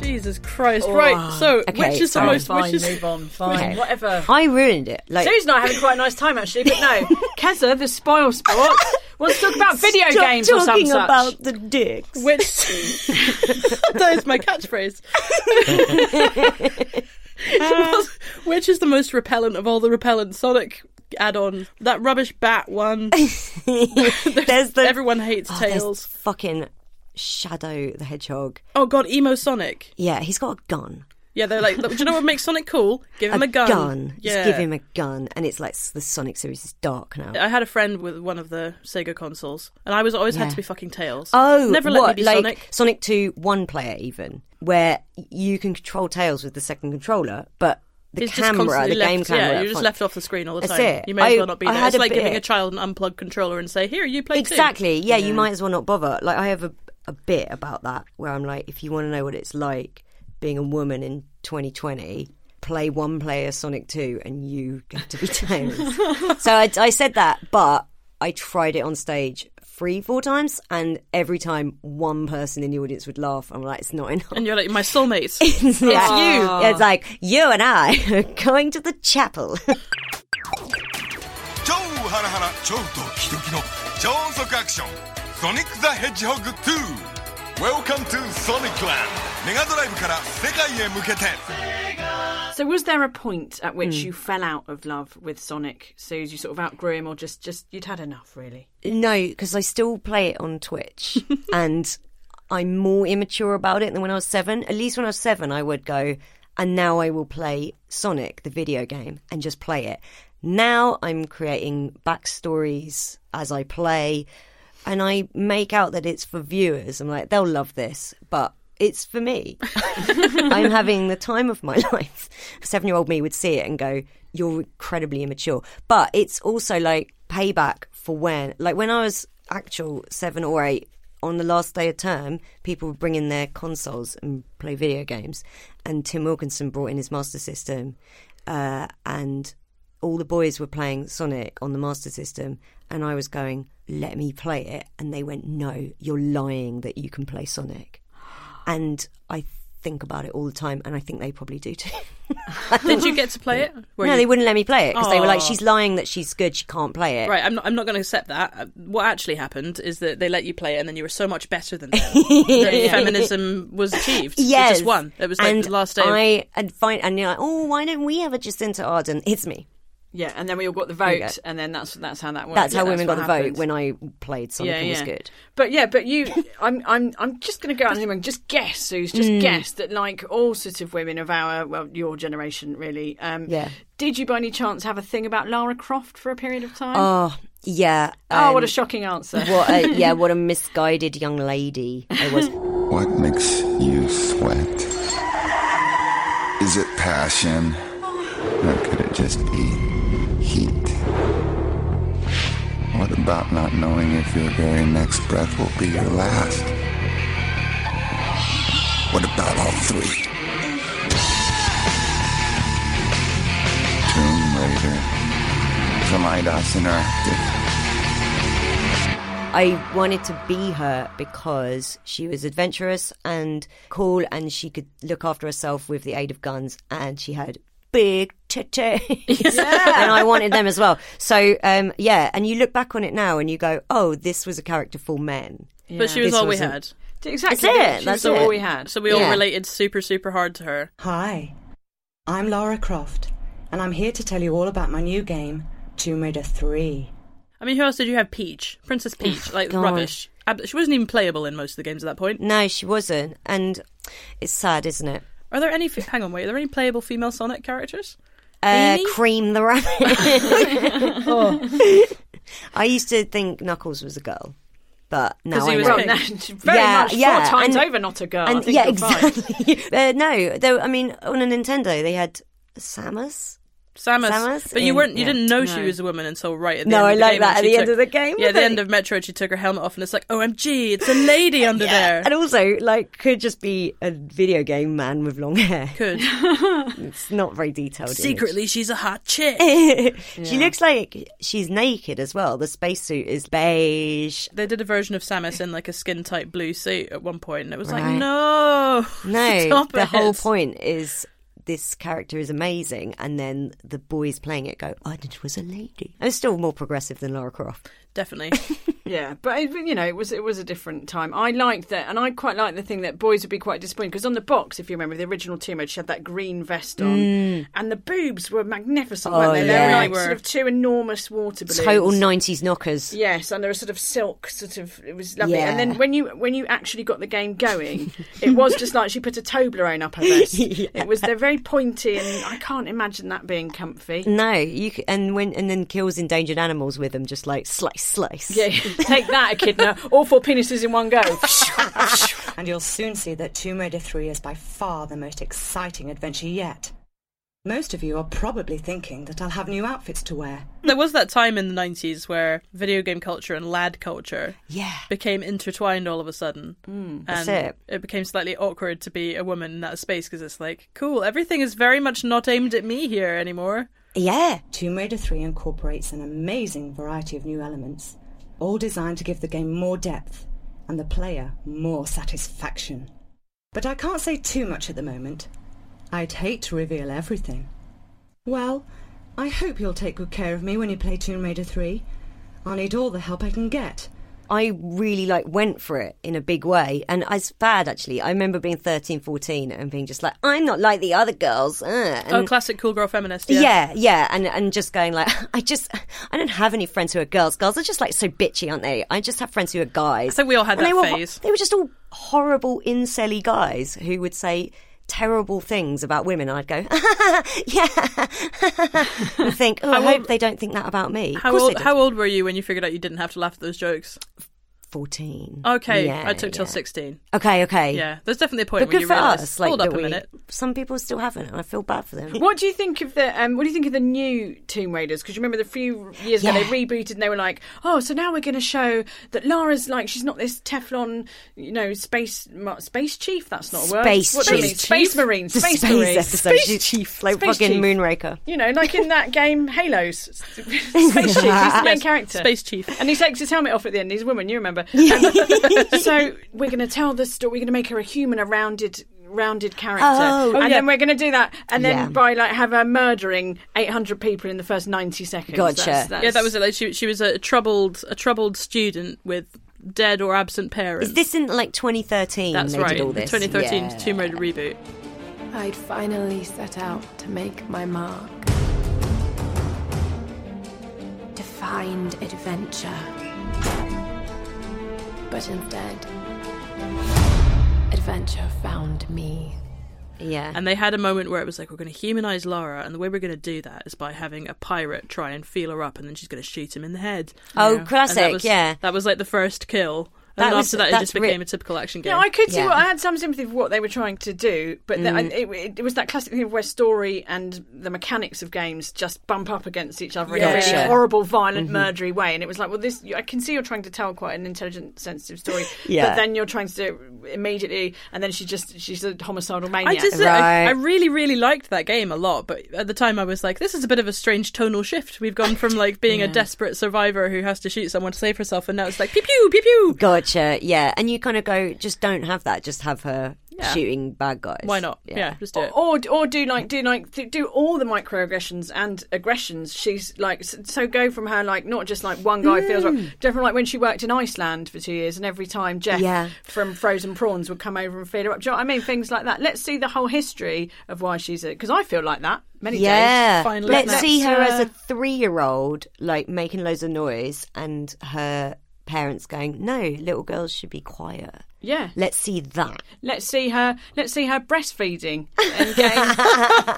[SPEAKER 2] Jesus Christ!
[SPEAKER 3] Oh,
[SPEAKER 4] Oh.
[SPEAKER 2] Right. So, which is the
[SPEAKER 4] fine.
[SPEAKER 2] most?
[SPEAKER 4] Fine,
[SPEAKER 2] which is
[SPEAKER 4] move
[SPEAKER 2] on?
[SPEAKER 4] Okay.
[SPEAKER 3] Whatever.
[SPEAKER 4] I ruined it. Like,
[SPEAKER 3] Sue's not having quite a nice time actually, but no. Keza, the spoil sport, wants to talk about video
[SPEAKER 4] Stop
[SPEAKER 3] games or
[SPEAKER 4] talking
[SPEAKER 3] something. such.
[SPEAKER 4] about the dicks.
[SPEAKER 2] Which that is my catchphrase. What's- which is the most repellent of all the repellent Sonic add-on? That rubbish bat one.
[SPEAKER 4] there's the
[SPEAKER 2] everyone hates
[SPEAKER 4] oh, there's
[SPEAKER 2] tails.
[SPEAKER 4] Fucking Shadow the Hedgehog.
[SPEAKER 2] Oh god, emo Sonic.
[SPEAKER 4] Yeah, he's got a gun.
[SPEAKER 2] Yeah, they're like, look, do you know what makes Sonic cool? Give him a, gun. Yeah.
[SPEAKER 4] Just give him a gun, and it's like the Sonic series is dark now.
[SPEAKER 2] I had a friend with one of the Sega consoles, and I was always
[SPEAKER 4] Yeah.
[SPEAKER 2] had to be fucking Tails.
[SPEAKER 4] Oh,
[SPEAKER 2] never let
[SPEAKER 4] what?
[SPEAKER 2] me be
[SPEAKER 4] like
[SPEAKER 2] Sonic.
[SPEAKER 4] Sonic Two one player even, where you can control Tails with the second controller, but the
[SPEAKER 2] He's just
[SPEAKER 4] camera,
[SPEAKER 2] constantly
[SPEAKER 4] the game
[SPEAKER 2] left-
[SPEAKER 4] camera,
[SPEAKER 2] Yeah,
[SPEAKER 4] at
[SPEAKER 2] you're just
[SPEAKER 4] front-
[SPEAKER 2] left off the screen all the
[SPEAKER 4] That's
[SPEAKER 2] time.
[SPEAKER 4] it.
[SPEAKER 2] You may
[SPEAKER 4] I-
[SPEAKER 2] as well not be
[SPEAKER 4] I
[SPEAKER 2] there.
[SPEAKER 4] had
[SPEAKER 2] It's
[SPEAKER 4] a
[SPEAKER 2] like giving
[SPEAKER 4] bit-
[SPEAKER 2] a child an unplugged controller and say, "Here, you play too."
[SPEAKER 4] Exactly. Yeah, you might as well not bother. Like I have a, a bit about that where I'm like, if you want to know what it's like being a woman in 2020, play one player Sonic 2 and you have to be Tails. so I, I said that, but I tried it on stage three, four times, and every time one person in the audience would laugh. I'm like, it's not enough.
[SPEAKER 2] And you're like, "My soulmates."
[SPEAKER 4] It's
[SPEAKER 2] you.
[SPEAKER 4] It's like you and I are going to the chapel.
[SPEAKER 9] 超ハラハラ超ドキドキの超速アクションソニック・ザ・ヘッジホッグ 2Welcome to Sonicland メガドライブから世界へ向けて
[SPEAKER 3] So was there a point at which
[SPEAKER 4] Hmm.
[SPEAKER 3] you fell out of love with Sonic, Suze? You sort of outgrew him or just, just you'd had enough really?
[SPEAKER 4] No, because I still play it on Twitch and I'm more immature about it than when I was seven. At least when I was seven, I would go, and now I will play Sonic, the video game, and just play it. Now I'm creating backstories as I play and I make out that it's for viewers. I'm like, they'll love this, but it's for me. I'm having the time of my life. Seven year old me would see it and go, You're incredibly immature. But it's also like payback for when, like when I was actual seven or eight, on the last day of term, people would bring in their consoles and play video games. And Tim Wilkinson brought in his Master System. Uh, and all the boys were playing Sonic on the Master System, and I was going, let me play it. And they went, no, you're lying that you can play Sonic. And I think about it all the time, and I think they probably do too.
[SPEAKER 2] Did you get to play it? Were
[SPEAKER 4] no,
[SPEAKER 2] you-
[SPEAKER 4] they wouldn't let me play it because they were like,
[SPEAKER 2] Aw.
[SPEAKER 4] she's lying that she's good, she can't play it.
[SPEAKER 2] Right, I'm not. I'm not going to accept that. Uh, What actually happened is that they let you play it, and then you were so much better than them. that feminism was achieved.
[SPEAKER 4] Yes.
[SPEAKER 2] it just won. It was like
[SPEAKER 4] and
[SPEAKER 2] the last day. of-
[SPEAKER 4] I and find and you're like, oh, why don't we have a Jacinta Arden? It's me.
[SPEAKER 3] Yeah, and then we all got the
[SPEAKER 4] There you go.
[SPEAKER 3] vote, and then that's that's how that worked.
[SPEAKER 4] That's
[SPEAKER 3] Yeah,
[SPEAKER 4] how women
[SPEAKER 3] what
[SPEAKER 4] got the
[SPEAKER 3] happened.
[SPEAKER 4] vote when I played Sonic and was good.
[SPEAKER 3] But yeah, but you, I'm, I'm, I'm just going to go out on a limb and just guess, Suze, just
[SPEAKER 4] Mm.
[SPEAKER 3] guess that like all sorts of women of our, well, your generation really. Um,
[SPEAKER 4] Yeah.
[SPEAKER 3] Did you by any chance have a thing about Lara Croft for a period of time?
[SPEAKER 4] Oh, yeah.
[SPEAKER 3] Oh, what a
[SPEAKER 4] um,
[SPEAKER 3] shocking answer!
[SPEAKER 4] What a, yeah, what a misguided young lady I was.
[SPEAKER 10] What makes you sweat? Is it passion? Or could it just be heat? What about not knowing if your very next breath will be your last? What about all three? Tomb Raider. From IDOS Interactive.
[SPEAKER 4] I wanted to be her because she was adventurous and cool, and she could look after herself with the aid of guns, and she had big titties, and I wanted them as well. So, um, yeah, and you look back on it now, and you go, "Oh, this was a character for men."
[SPEAKER 2] but she was
[SPEAKER 4] This
[SPEAKER 2] all we
[SPEAKER 4] wasn't-
[SPEAKER 2] had.
[SPEAKER 3] Exactly.
[SPEAKER 4] That's it,
[SPEAKER 3] She
[SPEAKER 4] that's
[SPEAKER 3] was all
[SPEAKER 4] it.
[SPEAKER 3] we had.
[SPEAKER 2] So we all
[SPEAKER 4] Yeah.
[SPEAKER 2] related super, super hard to her.
[SPEAKER 11] Hi, I'm Laura Croft, and I'm here to tell you all about my new game, Tomb Raider 3.
[SPEAKER 2] I mean, who else did you have? Peach, Princess Peach, like
[SPEAKER 4] Oh God.
[SPEAKER 2] rubbish. Ab- She wasn't even playable in most of the games at that point.
[SPEAKER 4] No, she wasn't, and it's sad, isn't it?
[SPEAKER 2] Are there any? Hang on, wait. Are there any playable female Sonic characters?
[SPEAKER 4] Uh,
[SPEAKER 3] Really?
[SPEAKER 4] cream the rabbit.
[SPEAKER 3] Oh.
[SPEAKER 4] I used to think Knuckles was a girl, but now
[SPEAKER 3] 'Cause he
[SPEAKER 4] I
[SPEAKER 3] was
[SPEAKER 4] know.
[SPEAKER 3] a man. Very much four times over not a girl. Oh, I think
[SPEAKER 4] yeah,
[SPEAKER 3] you're fine.
[SPEAKER 4] exactly. uh, no, though. I mean, on a Nintendo, they had Samus.
[SPEAKER 2] Samus.
[SPEAKER 4] Samus
[SPEAKER 2] But you
[SPEAKER 4] in-
[SPEAKER 2] weren't. You
[SPEAKER 4] yeah.
[SPEAKER 2] didn't know she
[SPEAKER 4] No.
[SPEAKER 2] was a woman until right at the
[SPEAKER 4] No,
[SPEAKER 2] end.
[SPEAKER 4] I
[SPEAKER 2] of the
[SPEAKER 4] like
[SPEAKER 2] game
[SPEAKER 4] that
[SPEAKER 2] when
[SPEAKER 4] at
[SPEAKER 2] she
[SPEAKER 4] the end
[SPEAKER 2] took-
[SPEAKER 4] of the game,
[SPEAKER 2] Yeah, at the end
[SPEAKER 4] wasn't
[SPEAKER 2] of Metroid, she took her helmet off, and it's like, OMG, it's a lady under there.
[SPEAKER 4] And also, like, could just be a video game man with long hair.
[SPEAKER 2] Could.
[SPEAKER 4] Oh, it's not very detailed. image.
[SPEAKER 2] Secretly, she's a hot chick.
[SPEAKER 4] Eh. She looks like she's naked as well. The spacesuit is beige.
[SPEAKER 2] They did a version of Samus in like a skin tight blue suit at one point, and it was
[SPEAKER 4] Right.
[SPEAKER 2] like, no,
[SPEAKER 4] No,
[SPEAKER 2] stop
[SPEAKER 4] the
[SPEAKER 2] it.
[SPEAKER 4] whole point is this character is amazing, and then the boys playing it go, "Oh, it was a lady." I was still more progressive than Lara Croft.
[SPEAKER 2] Definitely.
[SPEAKER 3] yeah, but it, you know, it was it was a different time. I liked that, and I quite liked the thing that boys would be quite disappointed because on the box, if you remember, the original Timo, she had that green vest on,
[SPEAKER 4] Mm.
[SPEAKER 3] and the boobs were magnificent,
[SPEAKER 4] Oh,
[SPEAKER 3] weren't they? They
[SPEAKER 4] yeah.
[SPEAKER 3] were like
[SPEAKER 4] They were.
[SPEAKER 3] sort of two enormous water balloons.
[SPEAKER 4] Total nineties knockers.
[SPEAKER 3] Yes, and there was sort of silk, sort of it was lovely. And
[SPEAKER 4] Yeah.
[SPEAKER 3] then when you when you actually got the game going, it was just like she put a Toblerone up her vest. It was they're very pointy, and I can't imagine that being comfy.
[SPEAKER 4] No, you c- and when and then kills endangered animals with them, just like slice, slice.
[SPEAKER 3] Yeah, take that, echidna. All four penises in one go.
[SPEAKER 11] and you'll soon see that Tomb Raider 3 is by far the most exciting adventure yet. Most of you are probably thinking that I'll have new outfits to wear.
[SPEAKER 2] there was that time in the 90s where video game culture and lad culture
[SPEAKER 4] yeah.
[SPEAKER 2] became intertwined all of a sudden. and
[SPEAKER 4] that's it.
[SPEAKER 2] became slightly awkward to be a woman in that space because it's like, cool, everything is very much not aimed at me here anymore.
[SPEAKER 4] Yeah.
[SPEAKER 11] Tomb Raider 3 incorporates an amazing variety of new elements, all designed to give the game more depth and the player more satisfaction. But I can't say too much at the moment. I'd hate to reveal everything. Well, I hope you'll take good care of me when you play Tomb Raider 3. I'll need all the help I can get.
[SPEAKER 4] I really like went for it in a big way. And it's bad actually. I remember being 13, 14 and being just like, I'm not like the other girls. uh," and-
[SPEAKER 2] oh, classic cool girl feminist. Yeah.
[SPEAKER 4] yeah. yeah, and and just going like, I just, I don't have any friends who are girls. Girls are just like so bitchy, aren't they? I just have friends who are guys.
[SPEAKER 2] I think we all had
[SPEAKER 4] And
[SPEAKER 2] that
[SPEAKER 4] they were, ho-
[SPEAKER 2] phase.
[SPEAKER 4] They were just all horrible incelly guys who would say terrible things about women. And I'd go, yeah, and think, oh, I
[SPEAKER 2] How
[SPEAKER 4] hope
[SPEAKER 2] old-
[SPEAKER 4] they don't think that about me. Of
[SPEAKER 2] How
[SPEAKER 4] course they
[SPEAKER 2] old,
[SPEAKER 4] don't.
[SPEAKER 2] how old were you when you figured out you didn't have to laugh at those jokes?
[SPEAKER 4] 14.
[SPEAKER 2] Okay,
[SPEAKER 4] Yeah,
[SPEAKER 2] I took till
[SPEAKER 4] yeah.
[SPEAKER 2] 16.
[SPEAKER 4] Okay, okay.
[SPEAKER 2] Yeah, there's definitely a point
[SPEAKER 4] But
[SPEAKER 2] where
[SPEAKER 4] good
[SPEAKER 2] you
[SPEAKER 4] for
[SPEAKER 2] realise,
[SPEAKER 4] us. Like,
[SPEAKER 2] hold up
[SPEAKER 4] that
[SPEAKER 2] a
[SPEAKER 4] we-
[SPEAKER 2] minute.
[SPEAKER 4] Some people still haven't, and I feel bad for them.
[SPEAKER 3] What do you think of the um, What do you think of the new Tomb Raiders? Because you remember the few years ago
[SPEAKER 4] Yeah.
[SPEAKER 3] they rebooted and they were like, oh, so now we're going to show that Lara's like she's not this Teflon, you know, space ma- space chief. That's not a word.
[SPEAKER 4] Space
[SPEAKER 3] What do you
[SPEAKER 4] chief.
[SPEAKER 3] mean? Space marine.
[SPEAKER 4] The
[SPEAKER 3] Space,
[SPEAKER 4] space
[SPEAKER 3] marine.
[SPEAKER 4] episode.
[SPEAKER 3] Space chief.
[SPEAKER 4] Like
[SPEAKER 3] Space
[SPEAKER 4] fucking
[SPEAKER 3] chief.
[SPEAKER 4] Moonraker.
[SPEAKER 3] You know, like in that game Halos. Space Chief, he's the main
[SPEAKER 2] Yes,
[SPEAKER 3] character.
[SPEAKER 2] Space Chief.
[SPEAKER 3] And he takes his helmet off at the end. He's a woman, you remember. Um, so we're going to tell the story. We're going to make her a human, a rounded, rounded character.
[SPEAKER 4] Oh,
[SPEAKER 3] and
[SPEAKER 4] yeah.
[SPEAKER 3] then we're going to do that. And then
[SPEAKER 4] Yeah.
[SPEAKER 3] by like have her murdering 800 people in the first 90 seconds.
[SPEAKER 4] Gotcha.
[SPEAKER 3] That's- that's-
[SPEAKER 2] Yeah, that was it. Like she, she was a troubled, a troubled student with dead or absent parents.
[SPEAKER 4] Is this in like 2013?
[SPEAKER 2] That's
[SPEAKER 4] they
[SPEAKER 2] right.
[SPEAKER 4] Did all this.
[SPEAKER 2] The 2013
[SPEAKER 4] Yeah.
[SPEAKER 2] Tomb Raider reboot.
[SPEAKER 12] I'd finally set out to make my mark. To find adventure. But instead, adventure found me.
[SPEAKER 4] Yeah.
[SPEAKER 2] And they had a moment where it was like, we're going to humanize Lara, and the way we're going to do that is by having a pirate try and feel her up, and then she's going to shoot him in the head.
[SPEAKER 4] Oh,
[SPEAKER 2] And
[SPEAKER 4] classic,
[SPEAKER 2] That was,
[SPEAKER 4] yeah.
[SPEAKER 2] that was like the first kill.
[SPEAKER 4] That
[SPEAKER 2] And then
[SPEAKER 4] was-
[SPEAKER 2] after that, it
[SPEAKER 4] that's
[SPEAKER 2] just
[SPEAKER 4] re-
[SPEAKER 2] became a typical action game.
[SPEAKER 3] Yeah, I could see
[SPEAKER 2] Yeah.
[SPEAKER 3] what I had some sympathy for what they were trying to do, but then I,
[SPEAKER 2] Mm.
[SPEAKER 3] it, it, was that classic thing where story and the mechanics of games just bump up against each other in a really
[SPEAKER 2] Gotcha.
[SPEAKER 3] horrible, violent,
[SPEAKER 2] Mhm.
[SPEAKER 3] murdery way. And it was like, well, this I can see you're trying to tell quite an intelligent, sensitive story,
[SPEAKER 2] Yeah.
[SPEAKER 3] but then you're trying to do it immediately, and then she just she's a homicidal
[SPEAKER 2] I
[SPEAKER 3] maniac.
[SPEAKER 2] just, I, I really, really liked that game a lot, but at the time I was like, this is a bit of a strange tonal shift. We've gone from like being a
[SPEAKER 4] Yeah.
[SPEAKER 2] desperate survivor who has to shoot someone to save herself, and now it's like pew pew pew pew.
[SPEAKER 4] Gotcha. Yeah. And you kind of go, just don't have that. Just have her
[SPEAKER 3] Yeah.
[SPEAKER 4] shooting bad guys.
[SPEAKER 2] Why not? Yeah, just do it.
[SPEAKER 3] or or do like do like th- do all the microaggressions and aggressions. She's like s- so go from her like not just like one guy feels
[SPEAKER 4] Mm.
[SPEAKER 3] right. Different like when she worked in Iceland for two years, and every time Jeff
[SPEAKER 4] Yeah.
[SPEAKER 3] from Frozen Prawns would come over and feed her up. Do you know what I mean? Things like that. Let's see the whole history of why she's a because I feel like that many
[SPEAKER 4] yeah.
[SPEAKER 3] days. Finally,
[SPEAKER 4] Let's, see her
[SPEAKER 3] uh,
[SPEAKER 4] as a three-year-old, like making loads of noise, and her parents going, "No, little girls should be quiet."
[SPEAKER 3] Yeah.
[SPEAKER 4] Let's see that.
[SPEAKER 3] Let's see her. Let's see her breastfeeding and getting,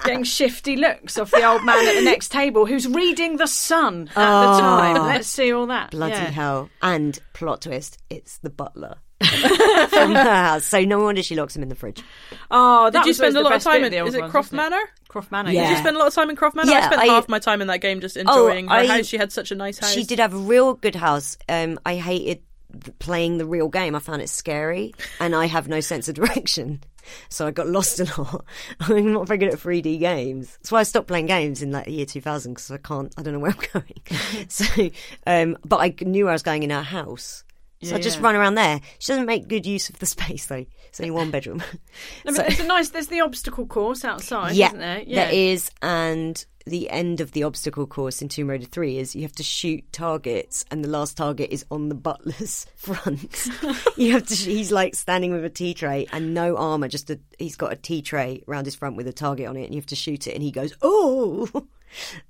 [SPEAKER 3] getting shifty looks off the old man at the next table who's reading the Sun at
[SPEAKER 4] Oh.
[SPEAKER 3] the time. Let's see all that.
[SPEAKER 4] Bloody
[SPEAKER 3] Yeah.
[SPEAKER 4] hell. And plot twist, it's the butler from her house. So no wonder she locks him in the fridge.
[SPEAKER 3] Oh, that
[SPEAKER 2] Did you
[SPEAKER 3] was always
[SPEAKER 2] spend a
[SPEAKER 3] the
[SPEAKER 2] lot of
[SPEAKER 3] best
[SPEAKER 2] time
[SPEAKER 3] bit
[SPEAKER 2] in?
[SPEAKER 3] the old
[SPEAKER 2] Is it
[SPEAKER 3] ones,
[SPEAKER 2] Croft
[SPEAKER 3] wasn't it?
[SPEAKER 2] Manor?
[SPEAKER 3] Croft Manor.
[SPEAKER 4] Yeah.
[SPEAKER 2] Did you spend a lot of time in Croft Manor? I
[SPEAKER 4] Yeah,
[SPEAKER 2] spent
[SPEAKER 4] I-
[SPEAKER 2] half my time in that game just
[SPEAKER 4] Oh,
[SPEAKER 2] enjoying her
[SPEAKER 4] I-
[SPEAKER 2] house. She had such a nice house.
[SPEAKER 4] She did have a real good house. Um, I hated th- playing the real game. I found it scary, and I have no sense of direction, so I got lost a lot. I'm not very good at 3D games. That's why I stopped playing games in like the year 2000 because I can't. I don't know where I'm going. so, um, but I knew where I was going in her house. So
[SPEAKER 3] Yeah,
[SPEAKER 4] I just
[SPEAKER 3] yeah.
[SPEAKER 4] run around there. She doesn't make good use of the space though. It's only one bedroom.
[SPEAKER 3] No, but
[SPEAKER 4] So-
[SPEAKER 3] there's a nice. There's the obstacle course outside,
[SPEAKER 4] yeah,
[SPEAKER 3] isn't there?
[SPEAKER 4] there is. And the end of the obstacle course in Tomb Raider 3 is you have to shoot targets, and the last target is on the butler's front. you have to. sh- He's like standing with a tea tray and no armor. Just a, he's got a tea tray around his front with a target on it, and you have to shoot it. And he goes, "Oh."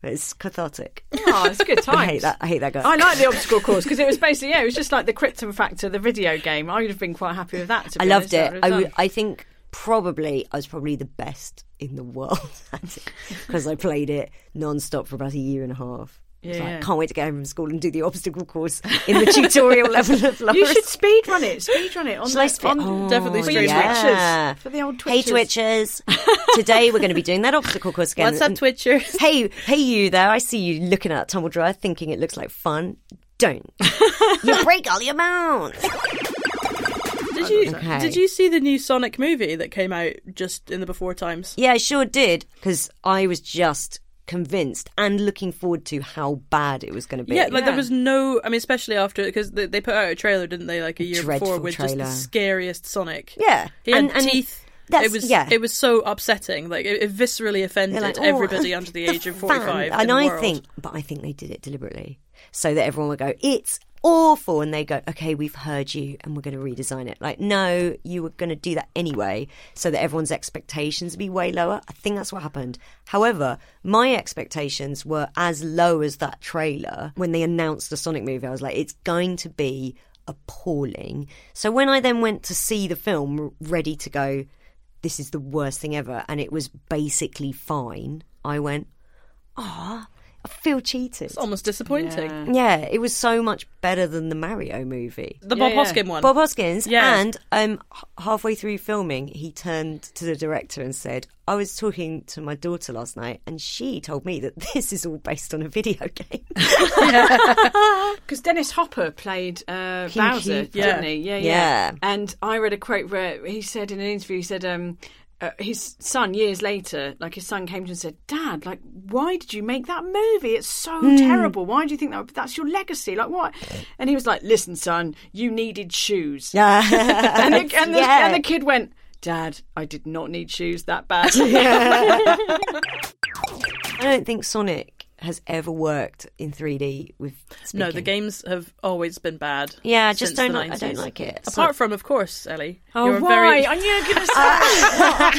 [SPEAKER 4] It's cathartic.
[SPEAKER 3] Oh, it's good
[SPEAKER 4] I
[SPEAKER 3] times.
[SPEAKER 4] hate that. I hate that guy.
[SPEAKER 3] I like the obstacle course because it was basically yeah, it was just like the Krypton Factor, the video game. I would have been quite happy with that. To
[SPEAKER 4] I
[SPEAKER 3] be
[SPEAKER 4] loved it.
[SPEAKER 3] honest, that would
[SPEAKER 4] I,
[SPEAKER 3] have
[SPEAKER 4] would,
[SPEAKER 3] done.
[SPEAKER 4] I think probably I was probably the best in the world at it because I played it non-stop for about a year and a half. I was
[SPEAKER 3] Yeah,
[SPEAKER 4] like,
[SPEAKER 3] yeah.
[SPEAKER 4] can't wait to get home from school and do the obstacle course in the tutorial level of Loris.
[SPEAKER 3] You should speed run it. Speed run it. On
[SPEAKER 4] Shall
[SPEAKER 3] the,
[SPEAKER 4] I spit?
[SPEAKER 3] on-
[SPEAKER 4] Oh,
[SPEAKER 2] definitely
[SPEAKER 3] for
[SPEAKER 2] stream
[SPEAKER 3] your
[SPEAKER 2] it.
[SPEAKER 3] twitchers. For the old twitchers.
[SPEAKER 4] Hey Twitchers! Today we're going to be doing that obstacle course again.
[SPEAKER 2] What's up,
[SPEAKER 4] And-
[SPEAKER 2] Twitchers?
[SPEAKER 4] Hey, hey you there! I see you looking at a tumble dryer, thinking it looks like fun. Don't. you break all your mounts.
[SPEAKER 2] Did you
[SPEAKER 4] Okay.
[SPEAKER 2] did you see the new Sonic movie that came out just in the before times?
[SPEAKER 4] Yeah, I sure did because I was just convinced and looking forward to how bad it was going to be.
[SPEAKER 2] Yeah, like there was no. I mean, especially after because they, they put out a trailer, didn't they? Like a year before
[SPEAKER 4] Dreadful
[SPEAKER 2] with just
[SPEAKER 4] trailer.
[SPEAKER 2] the scariest Sonic.
[SPEAKER 4] Yeah,
[SPEAKER 2] he had
[SPEAKER 4] And- and
[SPEAKER 2] teeth.
[SPEAKER 4] that's-
[SPEAKER 2] it was
[SPEAKER 4] yeah.
[SPEAKER 2] it was so upsetting. Like it, it viscerally offended
[SPEAKER 4] They're like, "Oh,
[SPEAKER 2] everybody under the age of forty five.
[SPEAKER 4] And I think, but I think they did it deliberately so that everyone would go, "It's awful," and they go, "Okay, we've heard you, and we're going to redesign it." Like, no, you were going to do that anyway, so that everyone's expectations would be way lower. I think that's what happened. However, my expectations were as low as that trailer when they announced the Sonic movie. I was like, "It's going to be." appalling. So when I then went to see the film r- ready to go this is the worst thing ever and it was basically fine i went ah i feel cheated
[SPEAKER 2] it's almost disappointing.
[SPEAKER 4] yeah it was so much better than the mario movie
[SPEAKER 2] The Bob Yeah, yeah. Hoskin one.
[SPEAKER 4] bob hoskins
[SPEAKER 2] Yeah.
[SPEAKER 4] and um h- halfway through filming he turned to the director and said i was talking to my daughter last night and she told me that this is all based on a video game
[SPEAKER 3] Because Dennis Hopper played uh,
[SPEAKER 4] King
[SPEAKER 3] Bowser,
[SPEAKER 4] Cupid.
[SPEAKER 3] didn't he? Yeah, yeah,
[SPEAKER 4] Yeah.
[SPEAKER 3] And I read a quote where he said in an interview, he said, um, uh, his son years later, like his son came to him and said, "Dad, like, why did you make that movie? It's so
[SPEAKER 4] Hmm.
[SPEAKER 3] terrible. Why do you think that that's your legacy? Like, what?" And he was like, "Listen, son, you needed shoes." and, the, and, the,
[SPEAKER 4] Yeah.
[SPEAKER 3] and the kid went, "Dad, I did not need shoes that bad."
[SPEAKER 4] i don't think sonic has ever worked in 3d with
[SPEAKER 2] No, the
[SPEAKER 4] speaking.
[SPEAKER 2] games have always been bad.
[SPEAKER 4] Yeah, I
[SPEAKER 2] since
[SPEAKER 4] just don't
[SPEAKER 2] the
[SPEAKER 4] like- I don't
[SPEAKER 2] 90s.
[SPEAKER 4] like it.
[SPEAKER 2] Apart from, of course, Ellie.
[SPEAKER 3] Oh,
[SPEAKER 2] you're a
[SPEAKER 3] why?
[SPEAKER 2] very-
[SPEAKER 3] I knew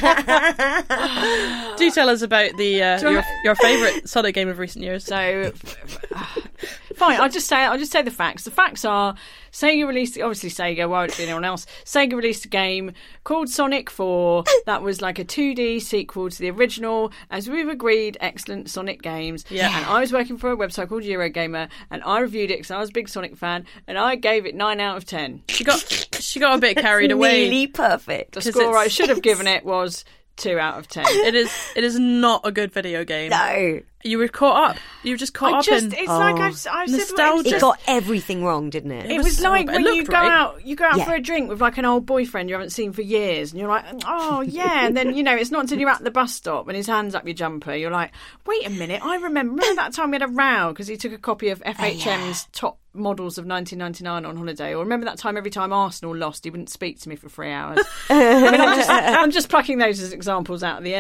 [SPEAKER 3] you were going to
[SPEAKER 4] Uh,
[SPEAKER 3] say that.
[SPEAKER 2] Do tell us about the uh,
[SPEAKER 3] Do I-
[SPEAKER 2] your, your favourite Sonic game of recent years.
[SPEAKER 3] So, fine. I'll just say. I'll just say the facts. The facts are: Sega released, obviously Sega. Why would it be anyone else? Sega released a game called Sonic Four that was like a 2D sequel to the original. As we've agreed, excellent Sonic games.
[SPEAKER 2] Yeah.
[SPEAKER 3] And I was working for a website called Eurogamer, and I reviewed it because I was a big Sonic fan, and I gave it nine out of ten.
[SPEAKER 2] she got she got a bit carried away.
[SPEAKER 4] nearly perfect
[SPEAKER 3] The
[SPEAKER 2] 'Cause
[SPEAKER 3] score
[SPEAKER 2] it's-
[SPEAKER 3] I should have given it was two out of ten.
[SPEAKER 2] It is it is not a good video game.
[SPEAKER 4] no
[SPEAKER 2] You were caught up. You were just caught
[SPEAKER 3] I
[SPEAKER 2] up
[SPEAKER 3] just,
[SPEAKER 2] in
[SPEAKER 3] it's like I've,
[SPEAKER 4] Oh.
[SPEAKER 3] I've said,
[SPEAKER 2] Nostalgia.
[SPEAKER 4] It
[SPEAKER 2] Just-
[SPEAKER 4] got everything wrong, didn't it?
[SPEAKER 3] It
[SPEAKER 2] was
[SPEAKER 3] was,
[SPEAKER 2] so
[SPEAKER 3] like
[SPEAKER 2] bad.
[SPEAKER 3] when
[SPEAKER 2] It
[SPEAKER 3] you
[SPEAKER 2] looked
[SPEAKER 3] go
[SPEAKER 2] right.
[SPEAKER 3] out, you go out
[SPEAKER 4] Yeah.
[SPEAKER 3] for a drink with like an old boyfriend you haven't seen for years, and you're like, oh yeah, and then you know it's not until you're at the bus stop and his hands up your jumper, you're like, wait a minute, I remember, remember that time we had a row because he took a copy
[SPEAKER 2] Oh,
[SPEAKER 3] of FHM's top models of 1999 on holiday, or remember that time every time Arsenal lost, he wouldn't speak to me for three hours. I mean, I'm just, I'm just plucking those as examples out of the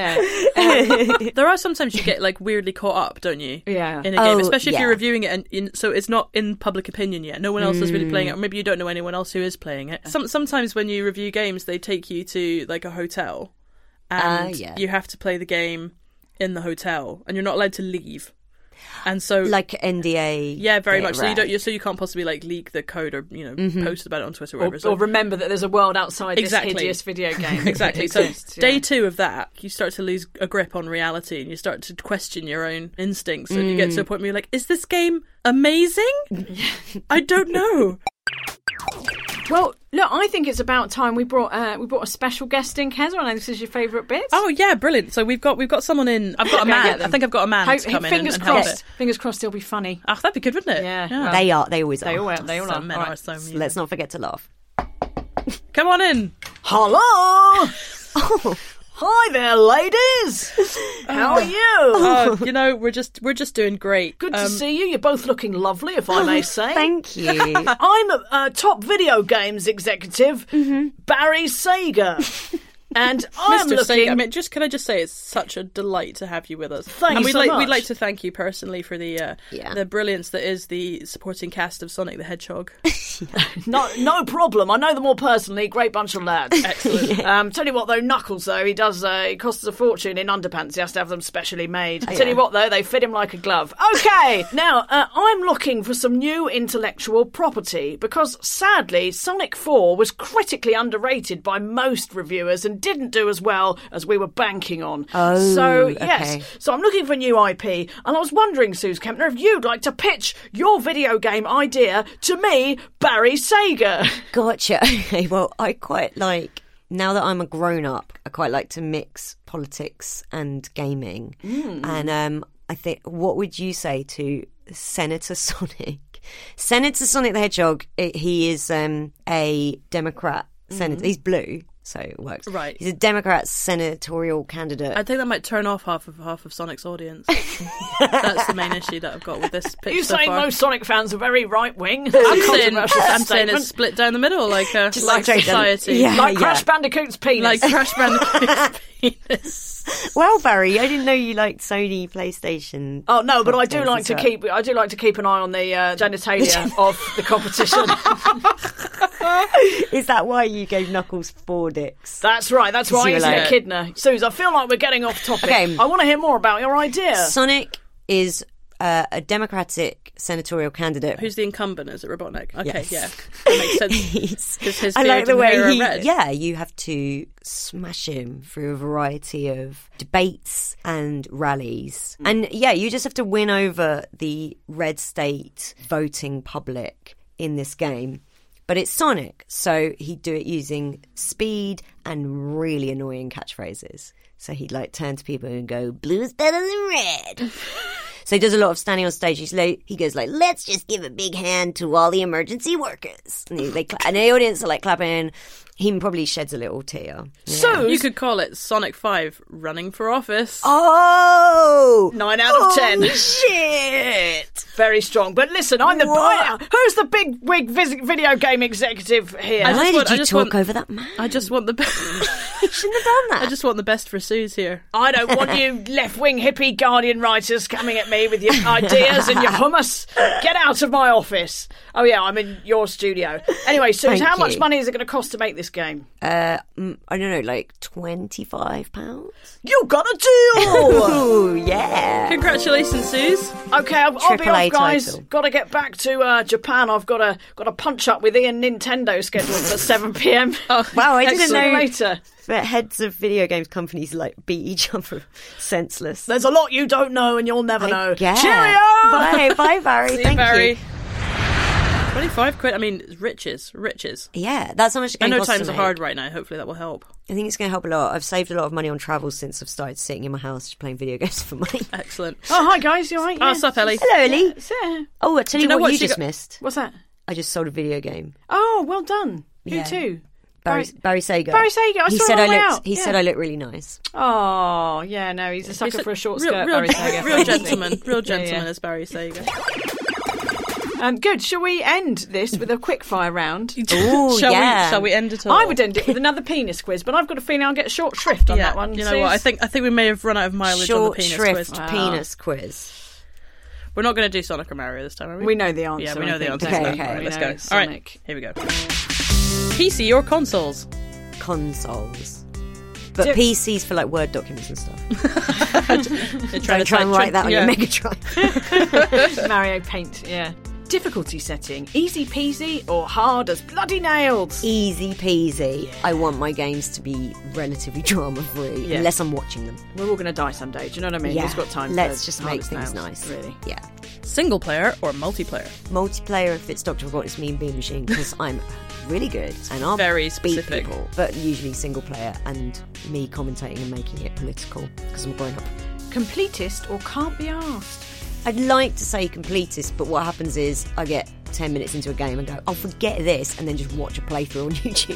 [SPEAKER 3] air.
[SPEAKER 2] there are sometimes you get like weirdly caught up, don't you?
[SPEAKER 3] Yeah.
[SPEAKER 2] In a game,
[SPEAKER 4] Oh,
[SPEAKER 2] especially if
[SPEAKER 4] yeah.
[SPEAKER 2] you're reviewing it, and in, so it's not in public opinion yet. No one else is really playing it, or maybe you don't know anyone else who is playing it. Some, sometimes when you review games, they take you to like a hotel, and
[SPEAKER 4] Ah, yeah.
[SPEAKER 2] you have to play the game in the hotel, and you're not allowed to leave. and so
[SPEAKER 4] like NDA.
[SPEAKER 2] Yeah, very
[SPEAKER 4] bit,
[SPEAKER 2] much. So you
[SPEAKER 4] right.
[SPEAKER 2] don't. You, so you can't possibly like leak the code or you know
[SPEAKER 4] Mhm.
[SPEAKER 2] post about it on Twitter or,
[SPEAKER 3] Or,
[SPEAKER 2] whatever. So
[SPEAKER 3] or remember that there's a world outside
[SPEAKER 2] exactly
[SPEAKER 3] this hideous video game. that
[SPEAKER 2] exactly. So
[SPEAKER 3] exists, yeah.
[SPEAKER 2] day two of that, you start to lose a grip on reality and you start to question your own instincts, and you get to a
[SPEAKER 3] Mm.
[SPEAKER 2] point where you're like, "Is this game amazing? I don't know."
[SPEAKER 3] Well, look, I think it's about time we brought uh, we brought a special guest in, Kez. I know this is your favourite bit.
[SPEAKER 2] Oh yeah, brilliant! So we've got we've got someone in. I've got a
[SPEAKER 3] Go get
[SPEAKER 2] man. I
[SPEAKER 3] them.
[SPEAKER 2] think I've got a man
[SPEAKER 3] Hope-
[SPEAKER 2] to come in and,
[SPEAKER 3] fingers
[SPEAKER 2] and help
[SPEAKER 3] crossed.
[SPEAKER 2] it.
[SPEAKER 3] Fingers crossed, he'll be funny.
[SPEAKER 2] Ah, that'd be good, wouldn't it?
[SPEAKER 3] Yeah,
[SPEAKER 4] They are. They always
[SPEAKER 3] They
[SPEAKER 4] are.
[SPEAKER 3] all are. They all
[SPEAKER 4] Some
[SPEAKER 3] are.
[SPEAKER 4] men
[SPEAKER 3] All
[SPEAKER 4] are
[SPEAKER 3] right.
[SPEAKER 4] so mean. Let's not forget to laugh.
[SPEAKER 2] Come on in.
[SPEAKER 3] Hello. Oh, Hi there, ladies. How are you?
[SPEAKER 2] Oh, you know, we're just we're just doing great.
[SPEAKER 3] Good to
[SPEAKER 2] Um,
[SPEAKER 3] see you. You're both looking lovely, if I may say.
[SPEAKER 4] Thank you.
[SPEAKER 3] I'm a, uh top video games executive,
[SPEAKER 2] Mm-hmm.
[SPEAKER 3] Barry Sager. and I'm
[SPEAKER 2] Mr.
[SPEAKER 3] looking.
[SPEAKER 2] Singh, I mean, just can I just say it's such a delight to have you with us.
[SPEAKER 3] Thank
[SPEAKER 2] and
[SPEAKER 3] you
[SPEAKER 2] we'd
[SPEAKER 3] so
[SPEAKER 2] like
[SPEAKER 3] much.
[SPEAKER 2] we'd like to thank you personally for the uh,
[SPEAKER 3] Yeah.
[SPEAKER 2] the brilliance that is the supporting cast of Sonic the Hedgehog.
[SPEAKER 3] no, no problem. I know them all personally. Great bunch of lads. Excellent. Um, tell you what, though, Knuckles though he does. Uh, he costs us a fortune in underpants. He has to have them specially made.
[SPEAKER 2] Oh,
[SPEAKER 3] Tell
[SPEAKER 2] yeah.
[SPEAKER 3] you what, though, they fit him like a glove. Okay, now uh, I'm looking for some new intellectual property because sadly, Sonic Four was critically underrated by most reviewers and didn't do as well as we were banking on.
[SPEAKER 4] Oh,
[SPEAKER 3] so yes,
[SPEAKER 4] okay.
[SPEAKER 3] so I'm looking for a new IP, and I was wondering, Suze Kempner, if you'd like to pitch your video game idea to me, Barry Sager.
[SPEAKER 4] Gotcha. Okay, well, I quite like, now that I'm a grown up, I quite like to mix politics and gaming.
[SPEAKER 3] Mm.
[SPEAKER 4] And um, I think, what would you say to Senator Sonic? Senator Sonic the Hedgehog, i he is um, a Democrat senator.
[SPEAKER 2] Mhm.
[SPEAKER 4] He's blue, so it works.
[SPEAKER 2] Right.
[SPEAKER 4] He's a Democrat senatorial candidate.
[SPEAKER 2] I think that might turn off half of half of Sonic's audience. That's the main issue that I've got with this
[SPEAKER 3] Are
[SPEAKER 2] pitch
[SPEAKER 3] you
[SPEAKER 2] so
[SPEAKER 3] saying
[SPEAKER 2] far.
[SPEAKER 3] most Sonic fans are very right wing?
[SPEAKER 2] I'm saying, I'm saying it's split down the middle, like a
[SPEAKER 3] Just
[SPEAKER 2] like
[SPEAKER 3] straight down-
[SPEAKER 2] society,
[SPEAKER 3] Yeah, Like yeah. Crash Bandicoot's
[SPEAKER 2] like
[SPEAKER 3] penis,
[SPEAKER 2] Crash Bandicoot's
[SPEAKER 4] well, Barry, I didn't know you liked Sony PlayStation.
[SPEAKER 3] Oh no, but I do
[SPEAKER 4] Yes,
[SPEAKER 3] like to
[SPEAKER 4] that's right.
[SPEAKER 3] keep I do like to keep an eye on the uh, genitalia of the competition.
[SPEAKER 4] Is that why you gave Knuckles four dicks?
[SPEAKER 3] That's right. That's
[SPEAKER 4] Because
[SPEAKER 3] why
[SPEAKER 4] you were
[SPEAKER 3] he's
[SPEAKER 4] like-
[SPEAKER 3] like... Echidna. Suze, I feel like we're getting off topic.
[SPEAKER 4] Okay.
[SPEAKER 3] I want to hear more about your idea.
[SPEAKER 2] Uh.
[SPEAKER 4] Sonic is uh, a Democratic senatorial candidate.
[SPEAKER 2] Who's the incumbent? Is it Robotnik? Okay,
[SPEAKER 4] Yes.
[SPEAKER 2] yeah, that makes sense. His- his
[SPEAKER 4] I like
[SPEAKER 2] beard
[SPEAKER 4] the
[SPEAKER 2] and hair
[SPEAKER 4] way
[SPEAKER 2] are
[SPEAKER 4] he.
[SPEAKER 2] red.
[SPEAKER 4] Yeah, you have to smash him through a variety of debates and rallies,
[SPEAKER 2] Mm.
[SPEAKER 4] and yeah, you just have to win over the red state voting public in this game. But it's Sonic, so he'd do it using speed and really annoying catchphrases. So he'd like turn to people and go, "Blue's better than red." So he does a lot of standing on stage. He's like, he goes like, "Let's just give a big hand to all the emergency workers," and, he, they cla- and the audience are like clapping. He probably sheds a little tear.
[SPEAKER 2] So you could call it Sonic Five running for office.
[SPEAKER 4] Oh,
[SPEAKER 3] nine out of
[SPEAKER 2] Oh,
[SPEAKER 3] ten.
[SPEAKER 4] Shit,
[SPEAKER 3] very strong. But listen, I'm the
[SPEAKER 2] What?
[SPEAKER 3] I- who's the big wig vis- video game executive here?
[SPEAKER 2] I just want- I just want-
[SPEAKER 4] over that man?
[SPEAKER 2] I just want the best.
[SPEAKER 4] shouldn't have done that.
[SPEAKER 2] I just want the best for Suze here.
[SPEAKER 3] I don't want you left wing hippie guardian writers coming at me with your ideas and your hummus. Get out of my office. Oh, yeah, I'm in your studio. Anyway, Suze,
[SPEAKER 4] Thank
[SPEAKER 3] how much
[SPEAKER 4] you.
[SPEAKER 3] money is it going to cost to make this game?
[SPEAKER 4] Uh, mm, I don't know, like twenty five pounds.
[SPEAKER 3] You got a deal!
[SPEAKER 4] Ooh, yeah.
[SPEAKER 2] Congratulations, Suze.
[SPEAKER 3] Okay, I'll, I'll be
[SPEAKER 4] Triple A
[SPEAKER 3] off, guys.
[SPEAKER 4] title.
[SPEAKER 3] Got to get back to uh, Japan. I've got a got a punch up with Ian Nintendo scheduled for seven pm.
[SPEAKER 4] Wow, Oh, I didn't know
[SPEAKER 3] Later,
[SPEAKER 4] that heads of video games companies like beat each other senseless.
[SPEAKER 3] there's a lot you don't know, and you'll never know.
[SPEAKER 4] Yeah. Bye,
[SPEAKER 3] Cheerio!
[SPEAKER 4] bye, Barry.
[SPEAKER 2] See you,
[SPEAKER 4] Thank
[SPEAKER 2] Barry.
[SPEAKER 4] you.
[SPEAKER 2] Twenty-five quid. I mean, it's riches, riches.
[SPEAKER 4] Yeah, that's how much. it
[SPEAKER 2] I know
[SPEAKER 4] costs to
[SPEAKER 2] times are
[SPEAKER 4] make.
[SPEAKER 2] hard right now. Hopefully, that will help.
[SPEAKER 4] I think it's going to help a lot. I've saved a lot of money on travel since I've started sitting in my house just playing video games for money.
[SPEAKER 2] Excellent.
[SPEAKER 3] Oh, hi guys. You all right?
[SPEAKER 2] Oh, what's up, Ellie?
[SPEAKER 4] Hello, Ellie.
[SPEAKER 3] Yeah.
[SPEAKER 4] Oh, I tell
[SPEAKER 3] Do
[SPEAKER 4] you,
[SPEAKER 3] you know
[SPEAKER 4] what,
[SPEAKER 3] what
[SPEAKER 4] you
[SPEAKER 3] she
[SPEAKER 4] just
[SPEAKER 3] got-
[SPEAKER 4] missed.
[SPEAKER 3] What's that?
[SPEAKER 4] I just sold a video game.
[SPEAKER 3] Oh, well done. You
[SPEAKER 4] Yeah.
[SPEAKER 3] too.
[SPEAKER 4] Barry,
[SPEAKER 3] Barry-
[SPEAKER 4] Barry, Sager.
[SPEAKER 3] Barry Sager, I
[SPEAKER 4] he
[SPEAKER 3] saw it
[SPEAKER 4] said
[SPEAKER 3] on the
[SPEAKER 4] I
[SPEAKER 3] way
[SPEAKER 4] looked.
[SPEAKER 3] out,
[SPEAKER 4] He
[SPEAKER 3] yeah.
[SPEAKER 4] said I look really nice.
[SPEAKER 3] Oh, yeah, no, he's a sucker
[SPEAKER 2] He's a
[SPEAKER 3] for a short
[SPEAKER 2] real-
[SPEAKER 3] skirt.
[SPEAKER 2] real,
[SPEAKER 3] Barry Sager,
[SPEAKER 2] real
[SPEAKER 3] isn't he?
[SPEAKER 2] gentleman, real
[SPEAKER 3] Yeah, yeah.
[SPEAKER 2] gentleman, as Barry Sager.
[SPEAKER 3] Um, good. Shall we end this with a quick fire round?
[SPEAKER 2] Ooh, Shall we- yeah. shall we end it all?
[SPEAKER 3] I would end it with another penis quiz, but I've got a feeling I'll get short shrift on
[SPEAKER 2] yeah,
[SPEAKER 3] that one.
[SPEAKER 2] you know
[SPEAKER 3] Suze.
[SPEAKER 2] what? I think I think we may have run out of mileage on the
[SPEAKER 4] Short
[SPEAKER 2] penis
[SPEAKER 4] shrift
[SPEAKER 2] quiz.
[SPEAKER 4] penis quiz.
[SPEAKER 2] We're not going to do Sonic or Mario this time, are we?
[SPEAKER 3] We know the answer,
[SPEAKER 2] Yeah, we
[SPEAKER 3] I
[SPEAKER 2] know the
[SPEAKER 3] think,
[SPEAKER 2] answer.
[SPEAKER 3] don't
[SPEAKER 2] to
[SPEAKER 3] we?
[SPEAKER 2] that. All right,
[SPEAKER 3] We
[SPEAKER 2] let's
[SPEAKER 3] know
[SPEAKER 2] go.
[SPEAKER 3] it's
[SPEAKER 2] All right,
[SPEAKER 3] Sonic.
[SPEAKER 2] here we go. PC or consoles?
[SPEAKER 4] Consoles. But PCs for like Word documents and stuff.
[SPEAKER 2] They're
[SPEAKER 4] Trying to try and write that on your Mega Drive.
[SPEAKER 3] Mario Paint, yeah. Difficulty setting easy peasy or hard as bloody nails?
[SPEAKER 4] Easy peasy. I want my games to be relatively drama free,
[SPEAKER 3] Yeah.
[SPEAKER 4] unless I'm watching them.
[SPEAKER 3] We're all going to die someday. Do you know what I mean?
[SPEAKER 4] Yeah.
[SPEAKER 3] Who's got time?
[SPEAKER 4] Let's
[SPEAKER 3] for
[SPEAKER 4] just
[SPEAKER 3] hard
[SPEAKER 4] make
[SPEAKER 3] as
[SPEAKER 4] things
[SPEAKER 3] nails,
[SPEAKER 4] nice.
[SPEAKER 3] Really?
[SPEAKER 4] Yeah.
[SPEAKER 2] Single player or multiplayer?
[SPEAKER 4] Multiplayer if it's Doctor Robot, it's me and Bean Machine because I'm really good and I'll
[SPEAKER 2] very
[SPEAKER 4] beat
[SPEAKER 2] specific.
[SPEAKER 4] people. But usually single player and me commentating and making it political because I'm grown up.
[SPEAKER 3] Completist or can't be asked?
[SPEAKER 4] I'd like to say completist, but what happens is I get 10 minutes into a game and go, I'll forget this, and then just watch a playthrough on YouTube.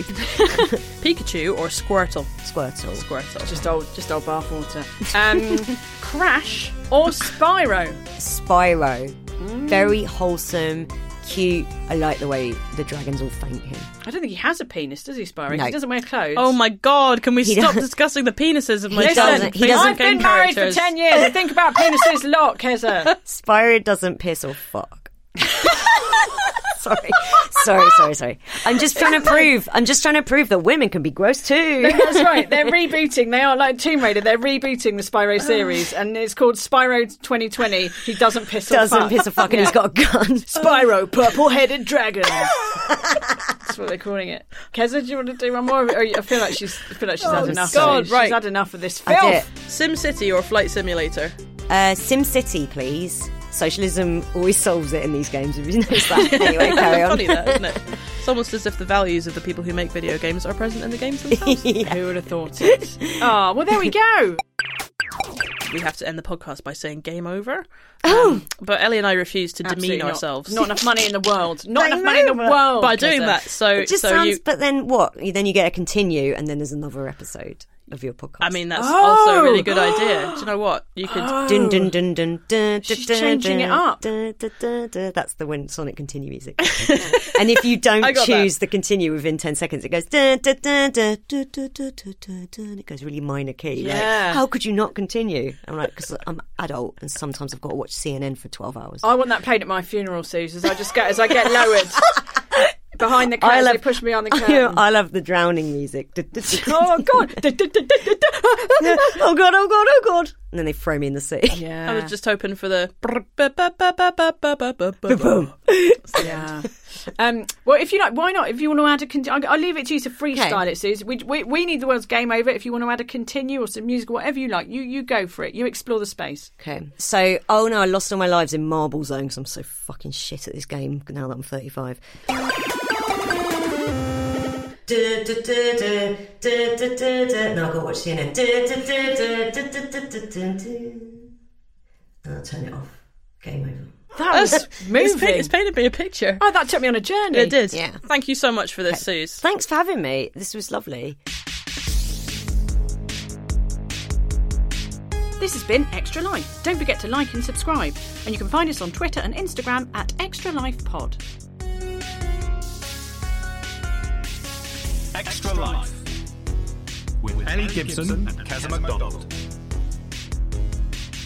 [SPEAKER 2] Pikachu or Squirtle?
[SPEAKER 4] Squirtle.
[SPEAKER 2] Squirtle.
[SPEAKER 3] Just old, just old bathwater. Um, Crash or Spyro?
[SPEAKER 4] Spyro,
[SPEAKER 2] Mm.
[SPEAKER 4] very wholesome, cute. I like the way the dragons all thank him.
[SPEAKER 3] I don't think he has a penis, does he, Spyro?
[SPEAKER 4] No.
[SPEAKER 3] He doesn't wear clothes.
[SPEAKER 2] Oh my god, can we
[SPEAKER 4] He
[SPEAKER 2] stop
[SPEAKER 4] doesn't-
[SPEAKER 2] discussing the penises of my
[SPEAKER 4] He
[SPEAKER 2] children?
[SPEAKER 4] doesn't- he doesn't-
[SPEAKER 3] I've been married for ten years. I think about penises a lot, Keza.
[SPEAKER 4] Spyro doesn't piss or fuck. sorry, sorry, sorry, sorry. I'm just trying to prove. I'm just trying to prove that women can be gross too.
[SPEAKER 3] That's right. They're rebooting. They are like Tomb Raider. They're rebooting the Spyro series, and it's called Spyro 2020. He doesn't piss. or
[SPEAKER 4] Doesn't
[SPEAKER 3] fuck.
[SPEAKER 4] piss or fuck, and he's got a gun.
[SPEAKER 3] Spyro, purple-headed dragon. That's what they're calling it. Keza, do you want to do one more? Or you- I feel like she's. I feel like she's
[SPEAKER 2] Oh,
[SPEAKER 3] had enough.
[SPEAKER 2] God,
[SPEAKER 3] she's
[SPEAKER 2] right.
[SPEAKER 3] had enough of this
[SPEAKER 4] That's
[SPEAKER 3] filth.
[SPEAKER 4] it.
[SPEAKER 2] Sim City or Flight Simulator?
[SPEAKER 4] Uh, Sim City, please. Socialism always solves it in these games. Have you noticed that? Anyway, carry on.
[SPEAKER 2] Funny that, isn't it? It's almost as if the values of the people who make video games are present in the games themselves.
[SPEAKER 3] Who would have thought it? Oh, well, there we go.
[SPEAKER 2] We have to end the podcast by saying game over. Oh. but Ellie and I refuse to
[SPEAKER 3] Absolutely
[SPEAKER 2] demean
[SPEAKER 3] not.
[SPEAKER 2] ourselves
[SPEAKER 3] Not enough money in the world. Not
[SPEAKER 4] Game
[SPEAKER 3] enough money in the
[SPEAKER 4] over.
[SPEAKER 3] world.
[SPEAKER 2] by doing
[SPEAKER 3] Keza.
[SPEAKER 2] that. So,
[SPEAKER 4] It just
[SPEAKER 2] so
[SPEAKER 4] sounds.
[SPEAKER 2] you.
[SPEAKER 4] But then what? You- Then you get a continue, and then there's another episode of your podcast.
[SPEAKER 2] I mean, that's
[SPEAKER 3] Oh.
[SPEAKER 2] also a really good
[SPEAKER 4] Oh.
[SPEAKER 2] idea. Do you know what? You could.
[SPEAKER 4] Dun, dun, dun, dun, dun,
[SPEAKER 3] She's
[SPEAKER 4] dun,
[SPEAKER 3] changing it
[SPEAKER 4] dun,
[SPEAKER 3] up.
[SPEAKER 4] dun, dun, dun, dun. That's the when Sonic Continue music. and if you don't
[SPEAKER 2] I got
[SPEAKER 4] choose the continue within 10 seconds, it goes. Dun, dun, dun, dun, dun, dun, dun, dun, dun, dun. It goes really minor key. like,
[SPEAKER 3] Yeah.
[SPEAKER 4] How could you not continue? I'm like, because I'm adult and sometimes I've got to watch CNN for 12 hours.
[SPEAKER 3] I want that played at my funeral, Suze, as I just get as I get lowered behind the curtain. they push me on the curtain.
[SPEAKER 4] I love the drowning music. Dun, dun, dun, dun.
[SPEAKER 3] oh God!
[SPEAKER 4] oh, God, oh, God, oh, God. And then they throw me in the sea.
[SPEAKER 2] I
[SPEAKER 3] yeah,
[SPEAKER 2] was just hoping for the. Boom.
[SPEAKER 3] yeah. Um, well, if you like, why not? If you want to add a, con- I'll, I'll leave it to you to freestyle
[SPEAKER 4] Okay.
[SPEAKER 3] it, Suze. We, we we need the world's game over. If you want to add a continue or some music, whatever you like, you you go for it. You explore the space.
[SPEAKER 4] Okay. So, oh no, I lost all my lives in Marble Zone because I'm so fucking shit at this game now that I'm 35. Du, du, du, du, du, du, du, du. Now I've got to watch CNN. Du, du, du, du, du, du, du, du, du, du. And I'll turn it off. Game over.
[SPEAKER 3] That was
[SPEAKER 2] It's, pa-
[SPEAKER 3] moving.
[SPEAKER 2] it's painted me a picture.
[SPEAKER 3] oh, that took me on a journey.
[SPEAKER 2] It did.
[SPEAKER 4] Yeah.
[SPEAKER 2] Thank you so much for this, Suze.
[SPEAKER 4] Thanks for having me. This was lovely.
[SPEAKER 3] This has been Extra Life. Don't forget to like and subscribe. And you can find us on Twitter and Instagram at Extra Life Pod.
[SPEAKER 1] Extra Life. With Ellie Gibson and Keza MacDonald.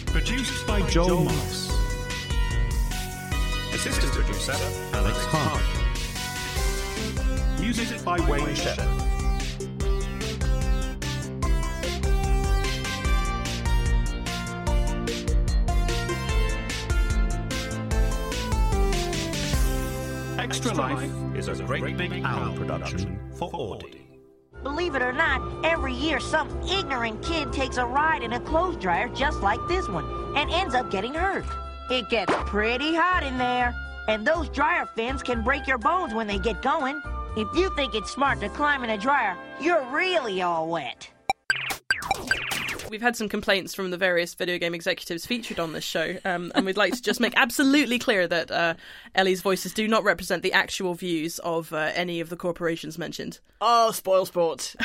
[SPEAKER 1] Produced by Joel Marks. Assistant producer, Alex Hart. Music by Wayne Shepherd. Extra Life is a great big owl production for Audi.
[SPEAKER 13] Believe it or not, every year some ignorant kid takes a ride in a clothes dryer just like this one and ends up getting hurt. It gets pretty hot in there, and those dryer fins can break your bones when they get going. If you think it's smart to climb in a dryer, you're really all wet.
[SPEAKER 2] We've had some complaints from the various video game executives featured on this show, um, and we'd like to just make absolutely clear that uh, Ellie's voices do not represent the actual views of uh, any of the corporations mentioned.
[SPEAKER 3] Oh, spoil sport.